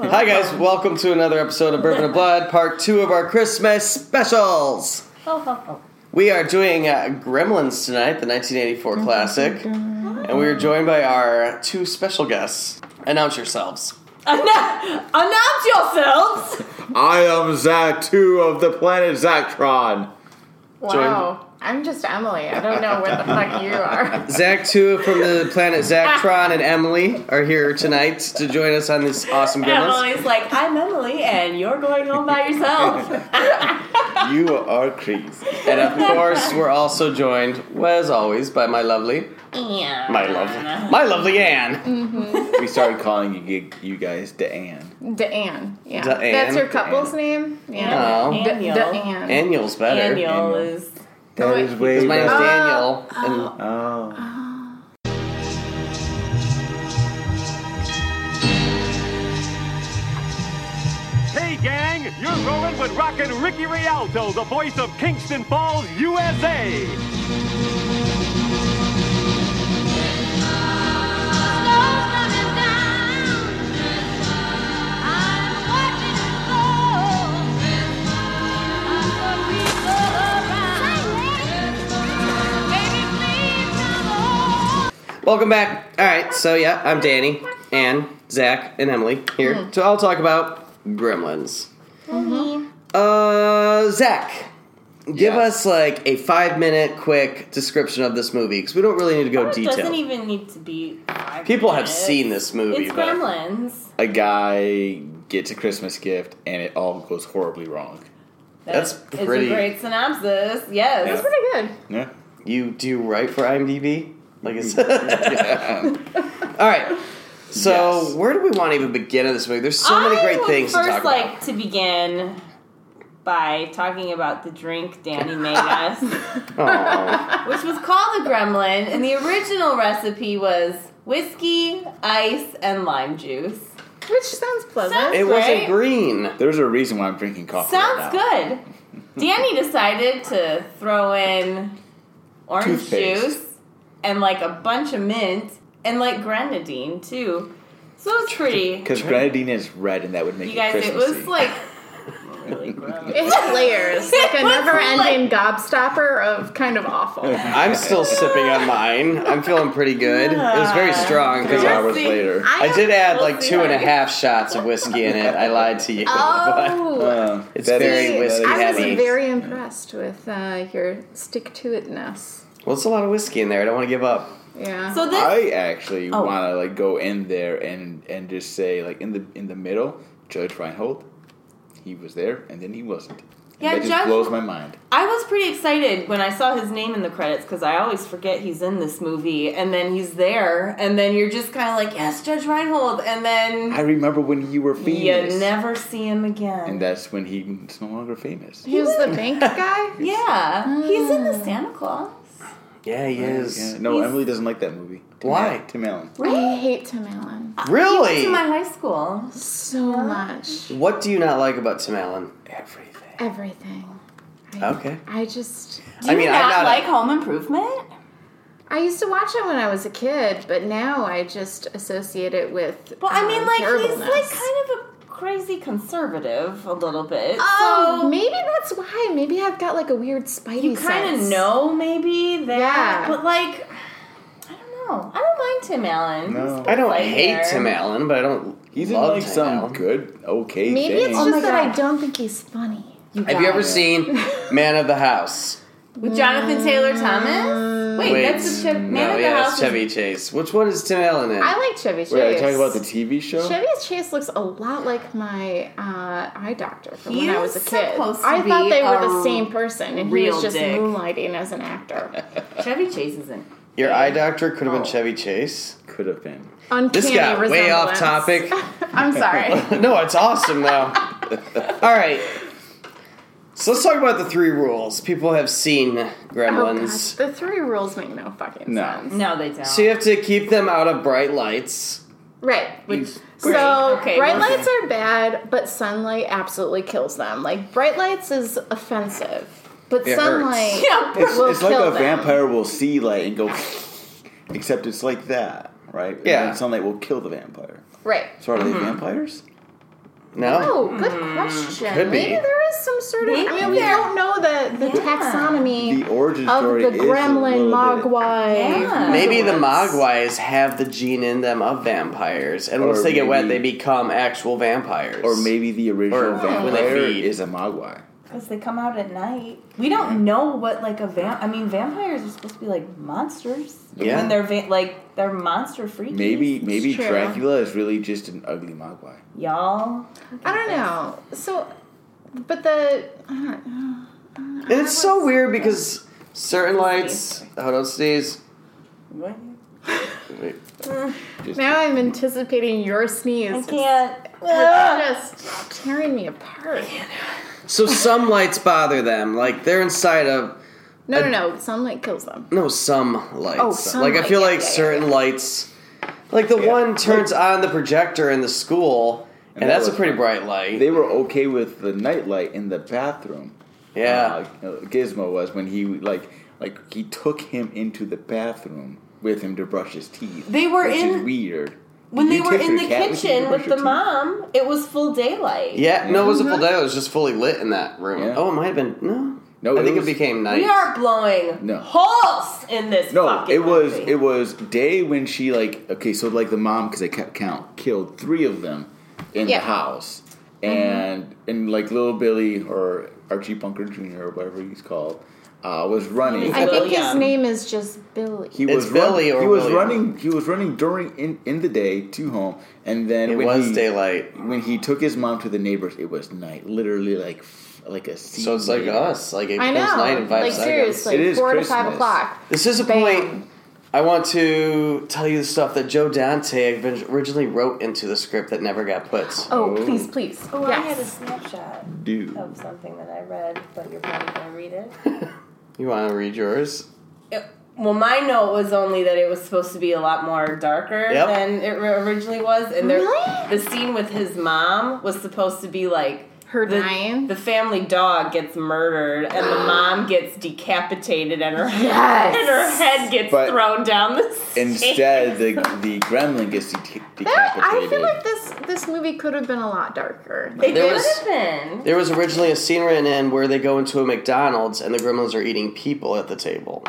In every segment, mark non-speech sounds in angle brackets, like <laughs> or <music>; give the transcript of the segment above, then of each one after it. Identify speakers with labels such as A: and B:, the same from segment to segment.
A: Hi guys, welcome to another episode of Bourbon and Blood, part two of our Christmas specials.
B: Ho, ho, ho.
A: We are doing uh, Gremlins tonight, the 1984 classic, and we are joined by our two special guests. Announce yourselves.
B: Annou- <laughs> announce yourselves!
C: I am Zach 2 of the planet
B: <laughs>
C: Zactron.
D: Wow. I'm just Emily. I don't know where the fuck you are.
A: Zach Two from the planet Zachtron and Emily are here tonight to join us on this awesome Gremlins.
B: <laughs> Emily's like, I'm Emily, and you're going home by
D: <laughs>
B: yourself.
C: You are crazy.
A: And of course, we're also joined, as always, by my lovely, my lovely, my lovely Anne.
C: We started calling you, you guys Deanne.
D: Deanne. Yeah.
A: Deanne.
D: That's your couple's name? Yeah.
A: Oh.
D: De- Deanne.
A: Annual's better.
B: Daniel
A: Mm-hmm.
B: is.
C: That is way
A: Because my name's
C: better.
A: Daniel, and
C: Oh.
E: Hey, gang, you're rolling with rockin' Ricky Rialto, the voice of Kingston Falls, USA.
A: Welcome back. All right, so yeah, I'm Danny, and Zach, and Emily here
B: Mm.
A: to all talk about Gremlins.
D: Mm-hmm.
A: Uh, Zach, give
C: Yeah.
A: us like a five minute quick description of this movie because we don't really need to go
B: It
A: detail.
B: doesn't even need to be. five
A: People have
B: minutes.
A: seen this movie,
B: It's
A: but
B: Gremlins.
C: A guy gets a Christmas gift and it all goes horribly wrong.
A: That's
B: That is
A: pretty-
B: a great synopsis. Yes.
D: That's pretty good.
C: Yeah.
A: you do right for IMDb. Like it's <laughs> all right. So
C: Yes.
A: where do we want to even begin in this movie? There's so many
B: I
A: great
B: would
A: things
B: First,
A: to talk
B: like
A: about.
B: to begin by talking about the drink
A: <laughs>
B: Danny made us. <laughs>
A: Aw.
B: which was called the gremlin, and the original recipe was whiskey, ice, and lime juice.
D: Which sounds pleasant.
B: Sounds-
A: it wasn't
B: Right?
A: green.
C: There's a reason why I'm drinking coffee. right
B: Sounds
C: now.
B: good.
A: <laughs>
B: Danny decided to throw in orange
C: Toothpaste.
B: juice and like a bunch of mint and like grenadine too. So it was pretty.
C: Because grenadine is red and that would make
B: You guys,
C: it
B: it was
C: Christmassy.
B: like really gross.
D: it had layers.
A: <laughs>
D: Like a
B: It was
D: never ending gobstopper of kind of awful.
A: I'm still sipping on mine. I'm feeling pretty good. It was very strong because
C: Three
A: I,
C: hours
B: Christmas.
C: later.
A: I did add like
B: We'll see
A: two and a
B: how it
A: half shots of whiskey in it. I lied to you.
D: Oh.
C: Uh,
A: It's <laughs>
C: that
A: very
C: that
A: whiskey
D: I was
A: heavy.
D: very impressed with uh, your stick to itness.
A: well, it's a lot of whiskey in there. I don't want to give up.
D: Yeah.
B: So this
C: I actually
B: Oh.
C: want to like go in there and and just say like in the in the middle, Judge Reinhold, he was there and then he wasn't. And
B: Yeah,
C: that just
B: Judge-
C: blows my mind.
B: I was pretty excited when I saw his name in the credits because I always forget he's in this movie, and then he's there, and then you're just kind of like, "Yes, Judge Reinhold," and then
C: I remember when you were famous,
B: you never see him again.
C: and that's when he's no longer famous.
D: he was the bank guy?
B: <laughs> yeah, he's in the Santa Claus.
A: Yeah, he is.
C: Yeah, no,
B: He's-
C: Emily doesn't like that movie. Tim
A: Why?
C: Allen- Tim Allen.
D: I hate Tim Allen
B: He went
A: Really?
B: Uh, to my high school.
D: so much.
A: What do you not like about Tim Allen?
C: Everything.
D: Everything. I,
A: Okay.
D: I just.
B: Do
A: I mean,
B: you
A: I'm
B: not
A: not a-
B: like Home Improvement?
D: I used to watch it when I was a kid, but now I just associate it with.
B: Well, I
D: um,
B: mean, like he's
D: terribleness.
B: like kind of a crazy conservative a little bit.
D: Oh,
B: so
D: maybe that's why. Maybe I've got like a weird spidey.
B: you kind of
D: sense.
B: know maybe that,
D: Yeah.
B: but like. I don't know. I don't mind Tim Allen.
C: No.
A: I don't
B: Like
A: hate
B: there.
A: Tim Allen, but I don't
C: He's in
A: love
C: like
A: Tim
C: some
A: Allen.
C: good, okay.
D: Maybe
C: thing.
D: it's
B: Oh
D: just
B: my
D: that
B: God.
D: I don't think he's funny.
A: Have you ever
B: <laughs>
C: Yeah.
A: seen Man of the House?
B: With Jonathan Taylor Thomas? Wait,
A: Wait,
B: that's the Ch- Man
A: no,
B: of the
A: yeah,
B: House.
A: it's
B: is-
A: Chevy Chase. Which one is Tim Allen in?
D: I like Chevy Chase.
C: Wait, are you talking about the TV show?
D: Chevy Chase looks a lot like my uh, eye doctor from
B: He
D: when I
B: was
D: was a kid.
B: supposed to
D: I thought
B: be
D: they
B: a
D: were the same person, and he
B: real
D: was just
B: dick.
D: moonlighting as an actor.
B: Chevy Chase isn't.
A: Your eye doctor could have been
B: Oh.
A: Chevy Chase.
C: Could have been.
D: Uncanny
A: This got way off
D: resemblance.
A: topic.
D: <laughs> I'm sorry.
A: no, it's awesome though. All right. So let's talk about the three rules. People have seen
D: Oh,
A: gremlins.
D: gosh, the three rules make no fucking
C: No.
D: sense.
B: No, they don't.
A: so you have to keep them out of bright lights.
D: Right.
A: Which
D: so
B: Okay,
D: bright
B: well-
D: lights are bad, but sunlight absolutely kills them. Like bright lights is offensive, but
A: It hurts.
D: sunlight
B: Yeah.
C: It's,
D: will
C: it's like
D: kill
C: a
D: them.
C: vampire will see light and go, <laughs> except it's like that, right? And
A: Yeah.
C: then sunlight will kill the vampire.
B: Mm-hmm.
D: Right.
C: So are they vampires?
A: No.
C: Hmm.
D: Oh, good question.
A: Could be.
D: Maybe there is some sort of. I
B: Maybe
D: mean, we
B: there-
D: don't know the, the
B: Yeah.
D: taxonomy
C: The origin
D: of
C: story
D: the
C: is a
D: gremlin,
C: little bit-
D: mogwai.
B: Yeah.
A: Maybe the
D: otherwise.
A: Mogwais have the gene in them of vampires, and
C: Or
A: once they get wet,
C: maybe-
A: they become actual vampires.
C: Or maybe the original
A: Or when they
C: vampire
A: feed.
C: is a mogwai.
B: Because they come out at night. We don't know what like a vamp. I mean, vampires are supposed to be like monsters.
A: Yeah.
B: When they're va- like they're monster freaky.
C: Maybe maybe
D: true.
C: Dracula is really just an ugly mogwai.
B: y'all.
D: I don't know. So, but the. I don't know.
A: and it's so weird because certain lights. Oh, don't sneeze.
B: What?
A: Wait.
C: Just
D: Now I'm anticipating your sneeze.
B: I
D: It's-
B: can't.
D: It's just tearing me apart.
A: So some lights bother them, like they're inside of
D: No, no, no. Sunlight kills them.
A: no some lights.
D: Oh, some
A: like I
D: light,
A: feel
D: yeah,
A: like
D: yeah, yeah,
A: certain lights, like the one turns on the projector in the school, and,
C: And that
A: that's a
C: was-
A: pretty bright light.
C: they were okay with the nightlight in the bathroom.
A: yeah,
C: Uh, Gizmo was when he like like he took him into the bathroom with him to brush his teeth.
B: They were
C: which is
B: in-
C: weird.
B: When
C: You
B: they were
C: take
B: in
C: your
B: the
C: cat with you to
B: kitchen
C: brush
B: with
C: your
B: the
C: teeth.
B: mom, it was full daylight.
A: yeah. No, it was a
D: Mm-hmm.
A: full day. It was just fully lit in that room.
C: Yeah.
A: Oh, it might have been no.
C: No,
A: I
C: it
A: think
C: was-
A: it became night.
B: We are blowing
C: No.
B: holes in this.
C: No,
B: fucking
C: it was
B: movie.
C: it was day when she like okay, so like the mom because I kept count killed three of them in
D: Yeah. Mm-hmm.
C: the house, and and like little Billy or Archie Bunker Jr. or whatever he's called uh, was running.
D: I think his
B: William.
D: name is just Billy.
C: He
A: It's
C: was run-
A: Billy or
C: he was
A: William.
C: running. He was running during in, in the day to home, and then
A: It
C: when
A: was
C: he,
A: daylight.
C: When he took his mom to the neighbors, it was night. Literally, like f- like a sea
A: So it's like
C: later.
A: us. Like it
D: I
A: becomes
D: know.
A: night in five
D: like
A: seconds.
D: seriously,
C: It is
D: four to five
C: Christmas.
D: o'clock.
A: This is a
D: Bam.
A: point. I want to tell you the stuff that Joe Dante originally wrote into the script that never got put.
D: Oh,
C: Oh.
D: please, please.
B: Oh, I had a
D: yes.
B: snapshot
C: Dude,
D: Oh,
B: of something that I read, but you're probably gonna read it.
A: You want to read yours?
B: It- well, my note was only that it was supposed to be a lot more darker
A: Yep.
B: than it ri- originally was, and there,
D: Really?
B: the scene with his mom was supposed to be like
D: Her
B: the,
D: dying?
B: The family dog gets murdered, and the mom gets decapitated, and her
D: Yes.
B: and her head gets
C: But
B: thrown down the stairs.
C: instead the the gremlin gets
D: <laughs>
C: de- decapitated.
D: That, I feel like this this movie could have been a lot darker. Like,
B: it
A: There
B: could
A: was-
B: have been.
A: There was originally a scene written in where they go into a McDonald's and the gremlins are eating people at the table.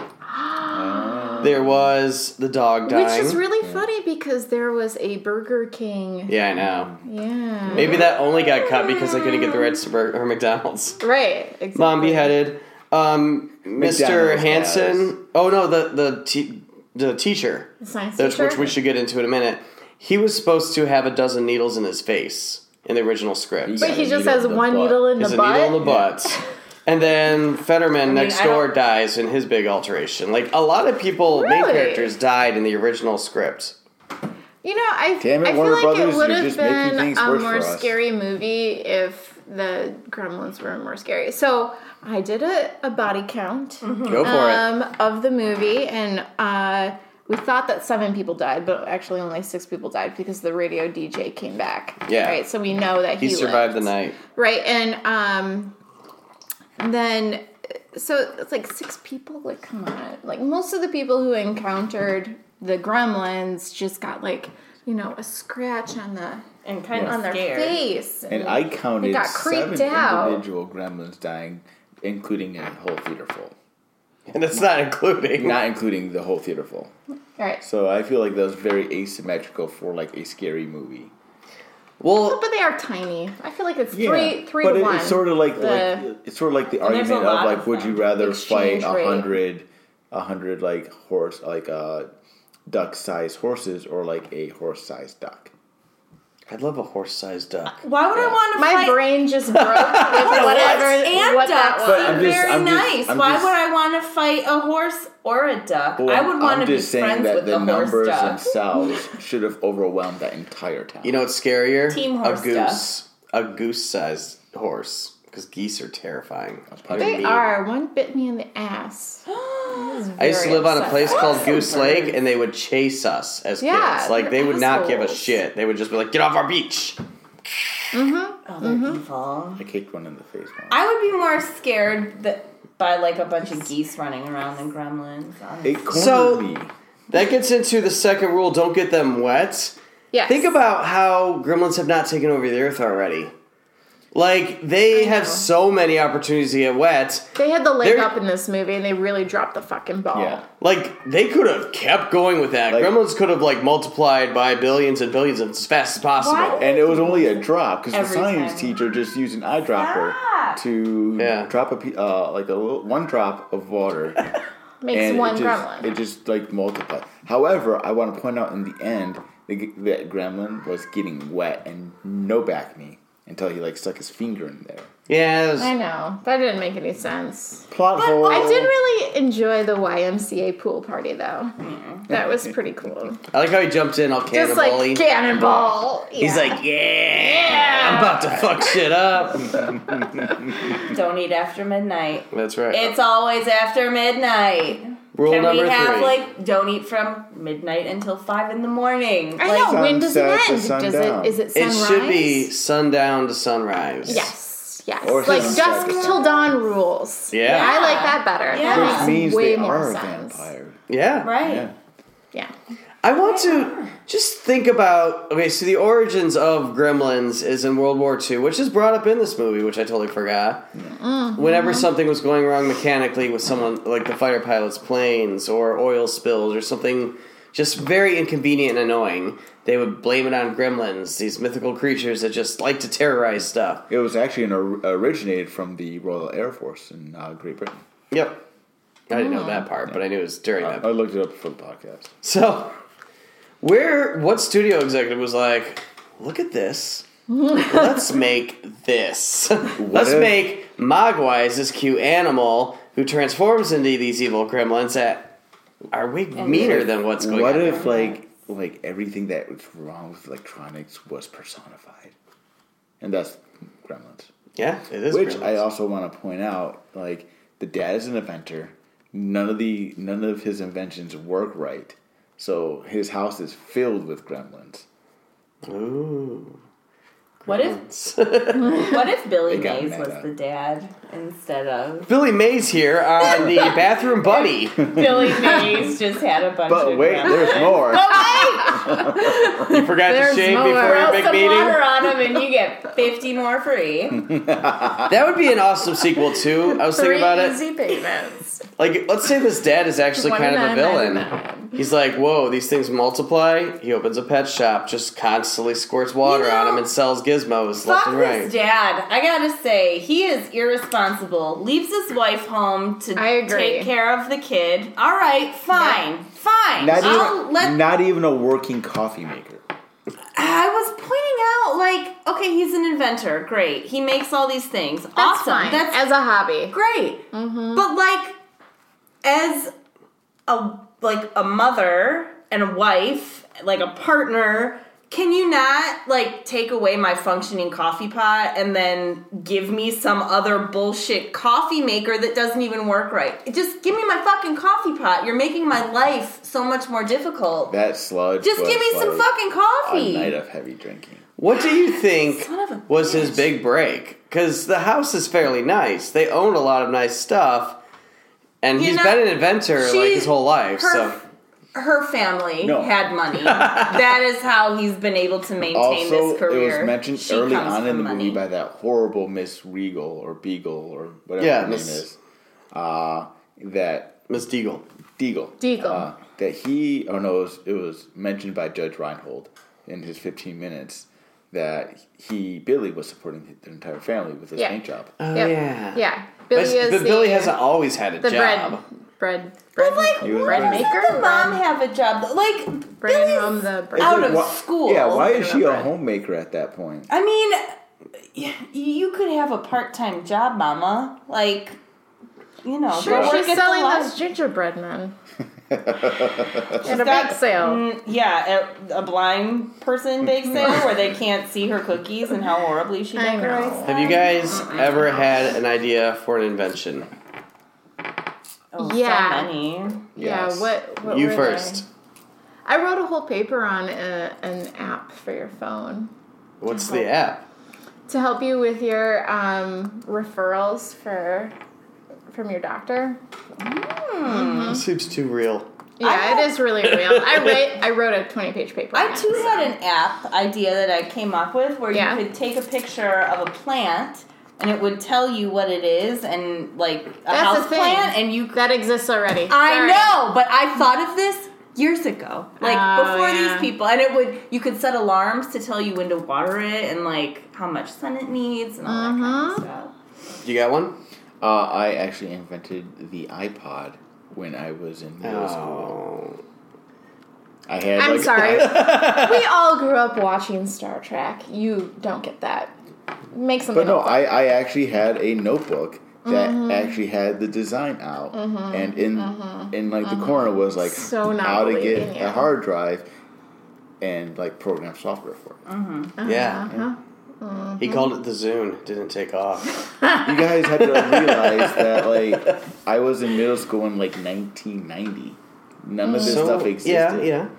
A: There was the dog
D: which
A: dying.
D: is really funny because there was a Burger King.
A: yeah, I know.
D: Yeah.
A: Maybe that only got cut because they couldn't get the rights to Bur- or
D: <laughs>
A: McDonald's.
D: Right. Exactly.
A: Mom beheaded. Um, Mr.
C: McDonald's has.
A: Hanson. Oh no, the the te- the teacher.
D: The science
A: That's
D: teacher.
A: which we should get into in a minute. He was supposed to have a dozen needles in his face in the original script.
D: But
C: Yeah,
D: he
C: the
D: just
C: needle
D: has
C: in the
D: one
C: butt.
D: needle in
A: There's
D: the
A: a needle in the
D: butt.
A: butt. And then Fetterman next
B: I
A: door
B: don't-
A: dies in his big alteration. Like a lot of people, main
D: Really?
A: characters died in the original script.
D: You know, I,
C: Damn it,
D: I feel
C: Warner
D: like
C: Brothers,
D: it would
C: you're
D: have
C: just making
D: been
C: things
D: a
C: worse
D: more
C: for us.
D: scary movie if the gremlins were more scary. So I did a, a body count
C: Mm-hmm.
A: Go for it.
D: um, of the movie, and uh, we thought that seven people died, but actually only six people died because the radio DJ came back.
A: Yeah.
D: Right, so we know that
A: He
D: he,
A: survived the
D: lived.
A: night.
D: Right, and um, then so it's like six people. Like, come on! Like most of the people who encountered the gremlins just got like you know a scratch on the
B: and kind
D: on
B: of
D: their
B: scared.
D: face.
B: Mm.
C: and I counted
D: got
C: seven
D: creeped out.
C: individual gremlins dying, including a whole theater full.
A: And that's not including.
C: Not including the whole theater full.
D: All right,
C: So I feel like that was very asymmetrical for like a scary movie.
A: <laughs> well,
D: but they are tiny. I feel like it's
C: Yeah,
D: three three
C: but
D: to
C: it-
D: one.
C: It's sort of like,
D: The-
C: like it's sort of like the
B: And there's a
C: argument
B: lot
C: of like,
B: of
C: would you
B: them.
C: rather
D: Exchange
C: fight a
D: rate.
C: hundred, a hundred like horse like uh, duck-sized horses or like a horse-sized duck?
A: I'd love a horse-sized duck.
B: Why would I want to
D: My
B: fight
D: brain just
B: <laughs>
D: broke with whatever
B: and
D: what that
B: ducks
D: was.
C: But
B: seem
C: I'm just-
B: very
C: I'm just-
B: nice.
C: I'm
B: Why
C: just-
B: would I want to fight a horse or a duck? I
C: Well,
B: would want
C: I'm
B: to be
C: just saying
B: friends
C: that
B: with the,
C: the,
B: horse
C: numbers
B: duck. <laughs>
C: themselves should have overwhelmed that entire town.
A: You know what's scarier?
B: Team
A: a
B: horse
A: goose. A goose-sized horse. Because geese are terrifying.
D: They
A: Mean.
D: are. One bit me in the ass.
A: I used to
D: very
A: live on a
D: upset.
A: place
D: Oh,
A: called
D: some
A: Goose Lake,
D: birds.
A: and they would chase us as
D: Yeah,
A: kids. Like
D: they're
A: they would not give a
D: assholes.
A: shit. They would just be like, "Get off our beach."
B: Oh, they're evil.
C: I kicked one in the face. Once.
B: I would be more scared that, by like a bunch of geese running around than gremlins. Um, honestly.
C: It cornered
A: So-
C: me.
A: That gets into the second rule: don't get them wet.
D: Yes.
A: Think about how gremlins have not taken over the earth already. Like they
D: I
A: have
D: know.
A: so many opportunities to get wet.
D: They had the leg
A: They're-
D: up in this movie, and they really dropped the fucking ball.
C: Yeah.
A: Like they could have kept going with that.
C: Like-
A: gremlins could have like multiplied by billions and billions as fast as possible.
B: Why?
C: And it was only a drop because the
B: Every
C: science
B: time.
C: teacher just used an eyedropper
B: Stop.
C: to
A: Yeah.
C: drop a pe- uh, like a little, one drop of
D: <laughs>
C: water,
D: Makes
C: and
D: one
C: it just
D: gremlin.
C: it just like multiplied. However, I want to point out in the end the, g- that gremlin was getting wet and no back knee until he like stuck his finger in there.
A: Yeah, it was-
D: I know that didn't make any sense.
C: Plot
A: Oh.
C: hole.
D: I did really enjoy the YMCA pool party though. That was pretty cool.
A: I like how he jumped in all
D: Just like
A: Mm-hmm. cannonball-y.
D: cannonball.
A: He's
D: Yeah.
A: like, yeah, I'm about to fuck shit up.
B: Don't eat after midnight.
A: That's right.
B: It's always after midnight.
A: Rule
B: Can
A: number
B: we have
A: three.
B: like don't eat from midnight until five in the morning?
D: I
B: like,
D: know. When does it
C: Sunset to
D: end? Does
C: sundown.
D: it? Is it
A: it
D: sunrise?
A: should be sundown to sunrise.
D: Yes. Yes.
C: Or
D: like
C: sunset.
D: dusk till dawn rules.
A: Yeah.
D: I like that better.
B: Yeah.
D: That
B: Which
D: makes
C: means
D: way
C: they
D: more
C: are a
D: sense.
C: vampire.
A: Yeah.
B: Right.
C: Yeah.
D: Yeah.
A: I want to just think about okay, so the origins of gremlins is in World War II, which is brought up in this movie, which I totally forgot. Whenever something was going wrong mechanically with someone like the fighter pilot's planes or oil spills or something just very inconvenient and annoying, they would blame it on gremlins, these mythical creatures that just like to terrorize stuff.
C: It was actually an or- originated from the Royal Air Force in uh, Great Britain.
A: Yep. I didn't know that part, but I knew it was during that
C: I looked it up for the podcast.
A: So, where what studio executive was like, look at this. Let's make
C: <laughs>
A: this. Let's
C: if-
A: make Mogwai's this cute animal who transforms into these evil gremlins that are way meaner than what's going
C: What
A: on.
C: if like like everything that was wrong with electronics was personified, and that's gremlins.
A: yeah, it is.
C: Which I
A: gremlins.
C: also want to point out, like the dad is an inventor. None of the none of his inventions work right, so his house is filled with gremlins.
A: Ooh.
B: What if what if Billy
C: They got
B: Mays
C: mad
B: was
C: at.
B: the dad instead
A: <laughs>
B: of
A: Billy Mays here on
C: <laughs>
A: the bathroom buddy.
B: Billy <laughs> Mays just had a bunch
C: But
B: of
C: wait,
B: gremlins. <laughs>
C: there's more.
A: You forgot to
D: There's
A: shave
D: more.
A: before your
B: Throw
A: big
B: some
A: meeting.
B: water on them and you get fifty
A: <laughs>
B: more free.
A: That would be an awesome sequel too. I was thinking
D: Three
A: about it.
D: easy payments.
A: Like, let's say this dad is actually
D: One
A: kind of a
D: man,
A: villain.
D: man.
A: He's like, whoa, these things multiply. He opens a pet shop, just constantly squirts water
B: You know,
A: on him and sells gizmos left
B: Fuck
A: and
B: this
A: right.
B: dad. I gotta say, he is irresponsible. Leaves his wife home to
D: I agree.
B: take care of the kid. All right, fine, fine.
C: Not
B: I'll
C: even,
B: Oh, let.
C: not even a working coffee maker.
B: I was pointing out, like, okay, he's an inventor. Great, he makes all these things.
D: That's
B: awesome.
D: fine.
B: That's
D: as a hobby.
B: great. But like, as a like a mother and a wife, like a partner, can you not like take away my functioning coffee pot and then give me some other bullshit coffee maker that doesn't even work right? Just give me my fucking coffee pot. You're making my life so much more difficult.
C: That sludge.
B: Just
C: was
B: give me some
C: like
B: fucking
C: A
B: coffee.
C: night of heavy drinking.
A: What do you think
B: Son of a
A: was his big break? Because the house is fairly nice. They own a lot of nice stuff. And
B: You
A: he's
B: know,
A: been an inventor like
B: she-
A: his whole life.
B: her-
A: So
B: Her family
C: No.
B: had money.
C: <laughs>
B: that is how he's been able to maintain
C: Also,
B: this career.
C: it was mentioned
B: She
C: early
B: comes
C: on in
B: from
C: the
B: money.
C: movie by that horrible Miss Regal or Beagle or whatever
A: Yeah,
C: her
A: Miss-
C: name is. Uh, that
A: Miss Deagle.
C: Deagle.
D: Deagle.
C: Uh, that he, oh no, it was, it was mentioned by Judge Reinhold in his 15 minutes that he, Billy, was supporting the entire family with his
D: Yeah.
C: paint job.
A: Oh,
D: Yep.
A: yeah.
D: Yeah.
A: But,
D: Billy is
A: but
D: the,
A: Billy hasn't always had a
D: the bread,
A: job.
D: bread, bread,
B: But like,
C: You
B: why
C: were-
B: does the mom have a job? Like,
D: bringing
B: Billy's-
D: home the bread.
B: out of
C: Why-
B: school.
C: Yeah, why is she a
D: Bread.
C: homemaker at that point?
B: I mean, y- you could have a part-time job, Mama. Like, you know,
D: Sure,
B: go work
D: she's
B: at the
D: selling
B: lib-
D: those
B: <laughs>
D: gingerbread men at a
B: got-
D: bake sale.
B: Mm, yeah, a, a blind person bake sale where they can't see her cookies and how horribly she
D: I know.
B: decorates.
A: Have you guys ever had an idea for an invention?
B: Oh,
D: Yeah.
B: so many.
C: Yes.
D: Yeah, what? what
A: you
D: were
A: first.
D: they? I wrote a whole paper on a, an app for your phone
A: What's the
B: Uh-huh.
A: app?
D: to help you with your um, referrals for from your doctor.
A: Seems too real.
D: Yeah, it is really real.
B: <laughs>
D: I write, I wrote a twenty page paper. on
B: I
D: it.
B: too had an app idea that I came up with where
D: Yeah.
B: you could take a picture of a plant and it would tell you what it is and like a
D: That's
B: house
D: the thing.
B: plant and you
D: that exists already.
B: I
D: Sorry.
B: know, but I thought of this years ago. Like
D: Oh,
B: before
D: yeah.
B: these people and it would you could set alarms to tell you when to water it and like how much sun it needs and all that
D: Mm-hmm.
B: kind of stuff.
A: You got one?
C: Uh, I actually invented the iPod when I was in middle school.
A: Oh.
C: I had.
D: I'm
C: like, <laughs>
D: sorry. we all grew up watching Star Trek. You don't get that. Make something.
C: But no,
D: else.
C: I, I actually had a notebook that
D: Mm-hmm.
C: actually had the design out, and in in like the corner was like
D: Mm-hmm. So not
C: how to
D: believing
C: get
D: you.
C: a hard drive and like program software for
D: Mm-hmm.
C: it.
A: Yeah. He
C: Mm-hmm.
A: called it the Zune. Didn't take off.
C: You guys had to realize that like I was in middle school in like 1990. None of this
A: So,
C: stuff existed.
A: yeah, yeah.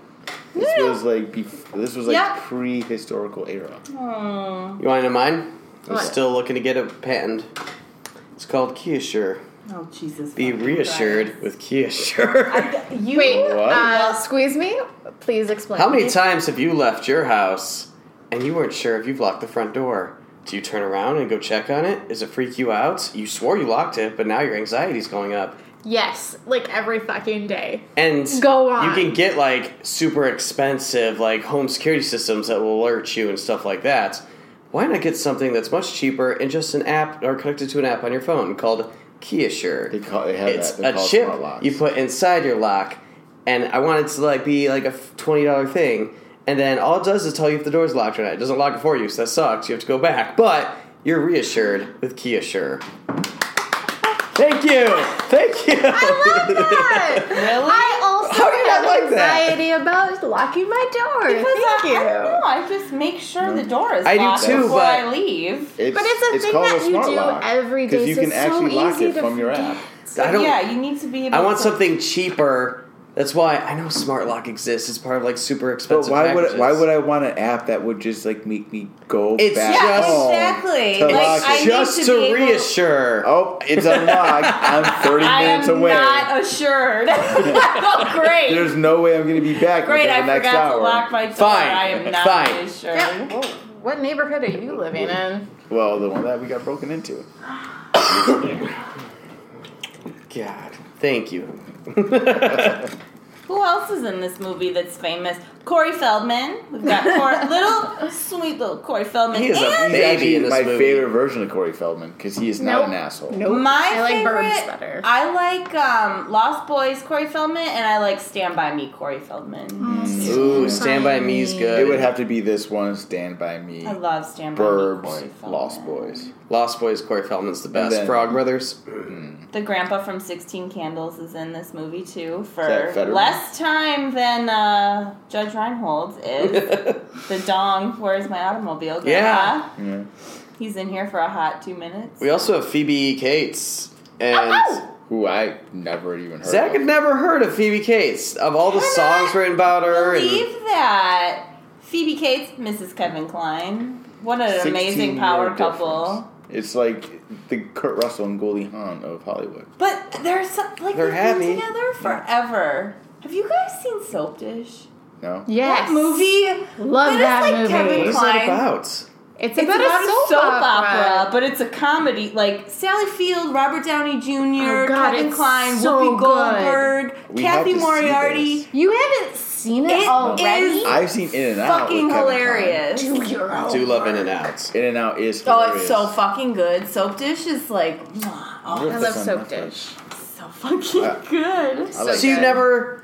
C: This was like bef- this was like
B: Yeah.
C: prehistorical era.
A: You want to know mine? I'm
D: What?
A: still looking to get it patented. It's called Keysure.
B: Oh Jesus.
A: Be
B: fucking
A: reassured with
C: <laughs>
A: Keysure.
B: Christ. You
D: Wait,
C: What?
D: uh, squeeze me. Please explain.
A: How many times have you left your house and you weren't sure if you've locked the front door? Do you turn around and go check on it? Does it freak you out? You swore you locked it, but now your anxiety's going up.
D: Yes, like every fucking day.
A: And
D: Go on.
A: you can get like super expensive like home security systems that will alert you and stuff like that. Why not get something that's much cheaper and just an app or connected to an app on your phone called Key Assure?
C: They call they had
A: it's
C: that. They
A: a
C: call it
A: chip
C: smart locks.
A: you put inside your lock, and I want it to like be like a twenty dollar thing, and then all it does is tell you if the door's locked or not. It doesn't lock it for you, so that sucks. You have to go back, but you're reassured with Key Assure. Thank you, thank you.
D: I love that. really? I also
A: How do you not
D: have
A: like that?
D: anxiety about locking my door.
B: Because
D: Thank
B: I,
D: you.
B: I don't know. I just make sure the door is
A: I do
B: locked
A: too,
B: before
A: but-
B: I leave.
C: It's,
D: But it's a thing
C: called
D: that you
C: smart
D: do
C: lock,
D: every day,
C: 'cause you
D: so
C: can
D: it's so
C: actually lock
D: easy
C: it
D: to
C: from your
D: forget.
C: app.
A: <laughs> I don't.
B: yeah, you need to be. Able
A: I want
B: to-
A: something cheaper. That's why I know Smart Lock exists. It's part of like super
C: But
A: expensive.
C: why would
A: packages.
C: why would I want an app that would just like make me go
A: It's
C: back
A: just- Yeah,
C: home
B: exactly.
C: to
B: Like,
C: lock
B: I
C: it?
B: need
A: just
B: to
A: to,
B: be able-
A: reassure?
C: oh,
B: <laughs>
C: it's unlocked. I'm 30
B: I
C: minutes
B: am
C: away.
B: not assured. <laughs> oh, great.
C: There's no way I'm gonna be back
B: great.
C: within
B: I
C: the next
B: forgot
C: hour.
B: to lock my door.
A: Fine,
B: I am not
A: fine.
B: assured.
D: Yeah. Whoa, What neighborhood are you living in?
C: well, the one that we got broken into.
A: Oh, God, thank you.
B: Who else is in this movie that's famous? Corey Feldman. We've got
D: <laughs>
B: Cor- little sweet little Corey Feldman.
A: He is a
B: and
C: He's actually
A: in this
C: my
A: movie.
C: favorite version of Corey Feldman because he is
D: Nope.
C: not an asshole.
B: my
D: I like
B: favorite,
D: Burbs better.
B: I like um, Lost Boys Corey Feldman, and I like Stand by Me Corey Feldman.
D: Mm.
A: Ooh, Stand by Me's good.
C: It would have to be this one, Stand by Me,
B: I love Stand by Me Corey
C: Burbs,
B: Feldman.
C: Lost Boys.
A: Lost Boys, Corey Feldman's the best.
C: then-
A: Frog
C: <laughs>
A: Brothers.
C: Hmm.
B: The grandpa from Sixteen Candles is in this movie too for
C: that Fetterman?
B: less time than uh, Judge Reinhold
A: <laughs>
B: is. the dong, where's my automobile? Grandpa.
A: Yeah.
C: Yeah.
B: He's in here for a hot two minutes.
A: We also have Phoebe E. Cates. And
B: Oh,
C: Who I never even heard.
A: Zach
C: of.
A: had never heard of Phoebe Cates. Of all the songs written about her.
B: Believe
A: And
B: that Phoebe Cates, Mrs. Kevin Klein. What an
C: 16
B: amazing
C: year
B: power
C: difference.
B: couple.
C: It's like the Kurt Russell and Goldie Hawn of Hollywood.
B: But they're so, like
A: They're
B: they've
A: happy.
B: been together forever. Have you guys seen Soap Dish?
C: No,
D: Yes.
B: That movie.
D: Love
B: That is
D: that
B: like
D: movie.
B: Kevin
A: what is
B: Klein.
A: that about?
B: It's
D: It's, about, a soap, opera.
B: but it's a comedy. Like Sally Field, Robert Downey Jr.,
D: Oh, God,
B: Kevin
D: it's
B: Klein,
D: so
B: Whoopi
D: good.
B: Goldberg,
C: We have
B: Kathy
C: to see
B: Moriarty.
C: this.
D: You haven't seen it,
B: It
D: already?
B: is-
C: I've seen In and Out. with
B: Fucking
C: Kevin Klein.
B: hilarious. <laughs>
D: Do your own
A: Do love In and Out.
C: In and Out is.
B: Oh,
C: Hilarious.
B: it's so fucking good. Soap Dish is like, mwah. oh,
D: I
C: That's
D: love
C: on
D: soap
C: Netflix.
D: dish.
B: it's so fucking
C: Uh,
B: good.
C: I like
A: So you've
D: good.
A: never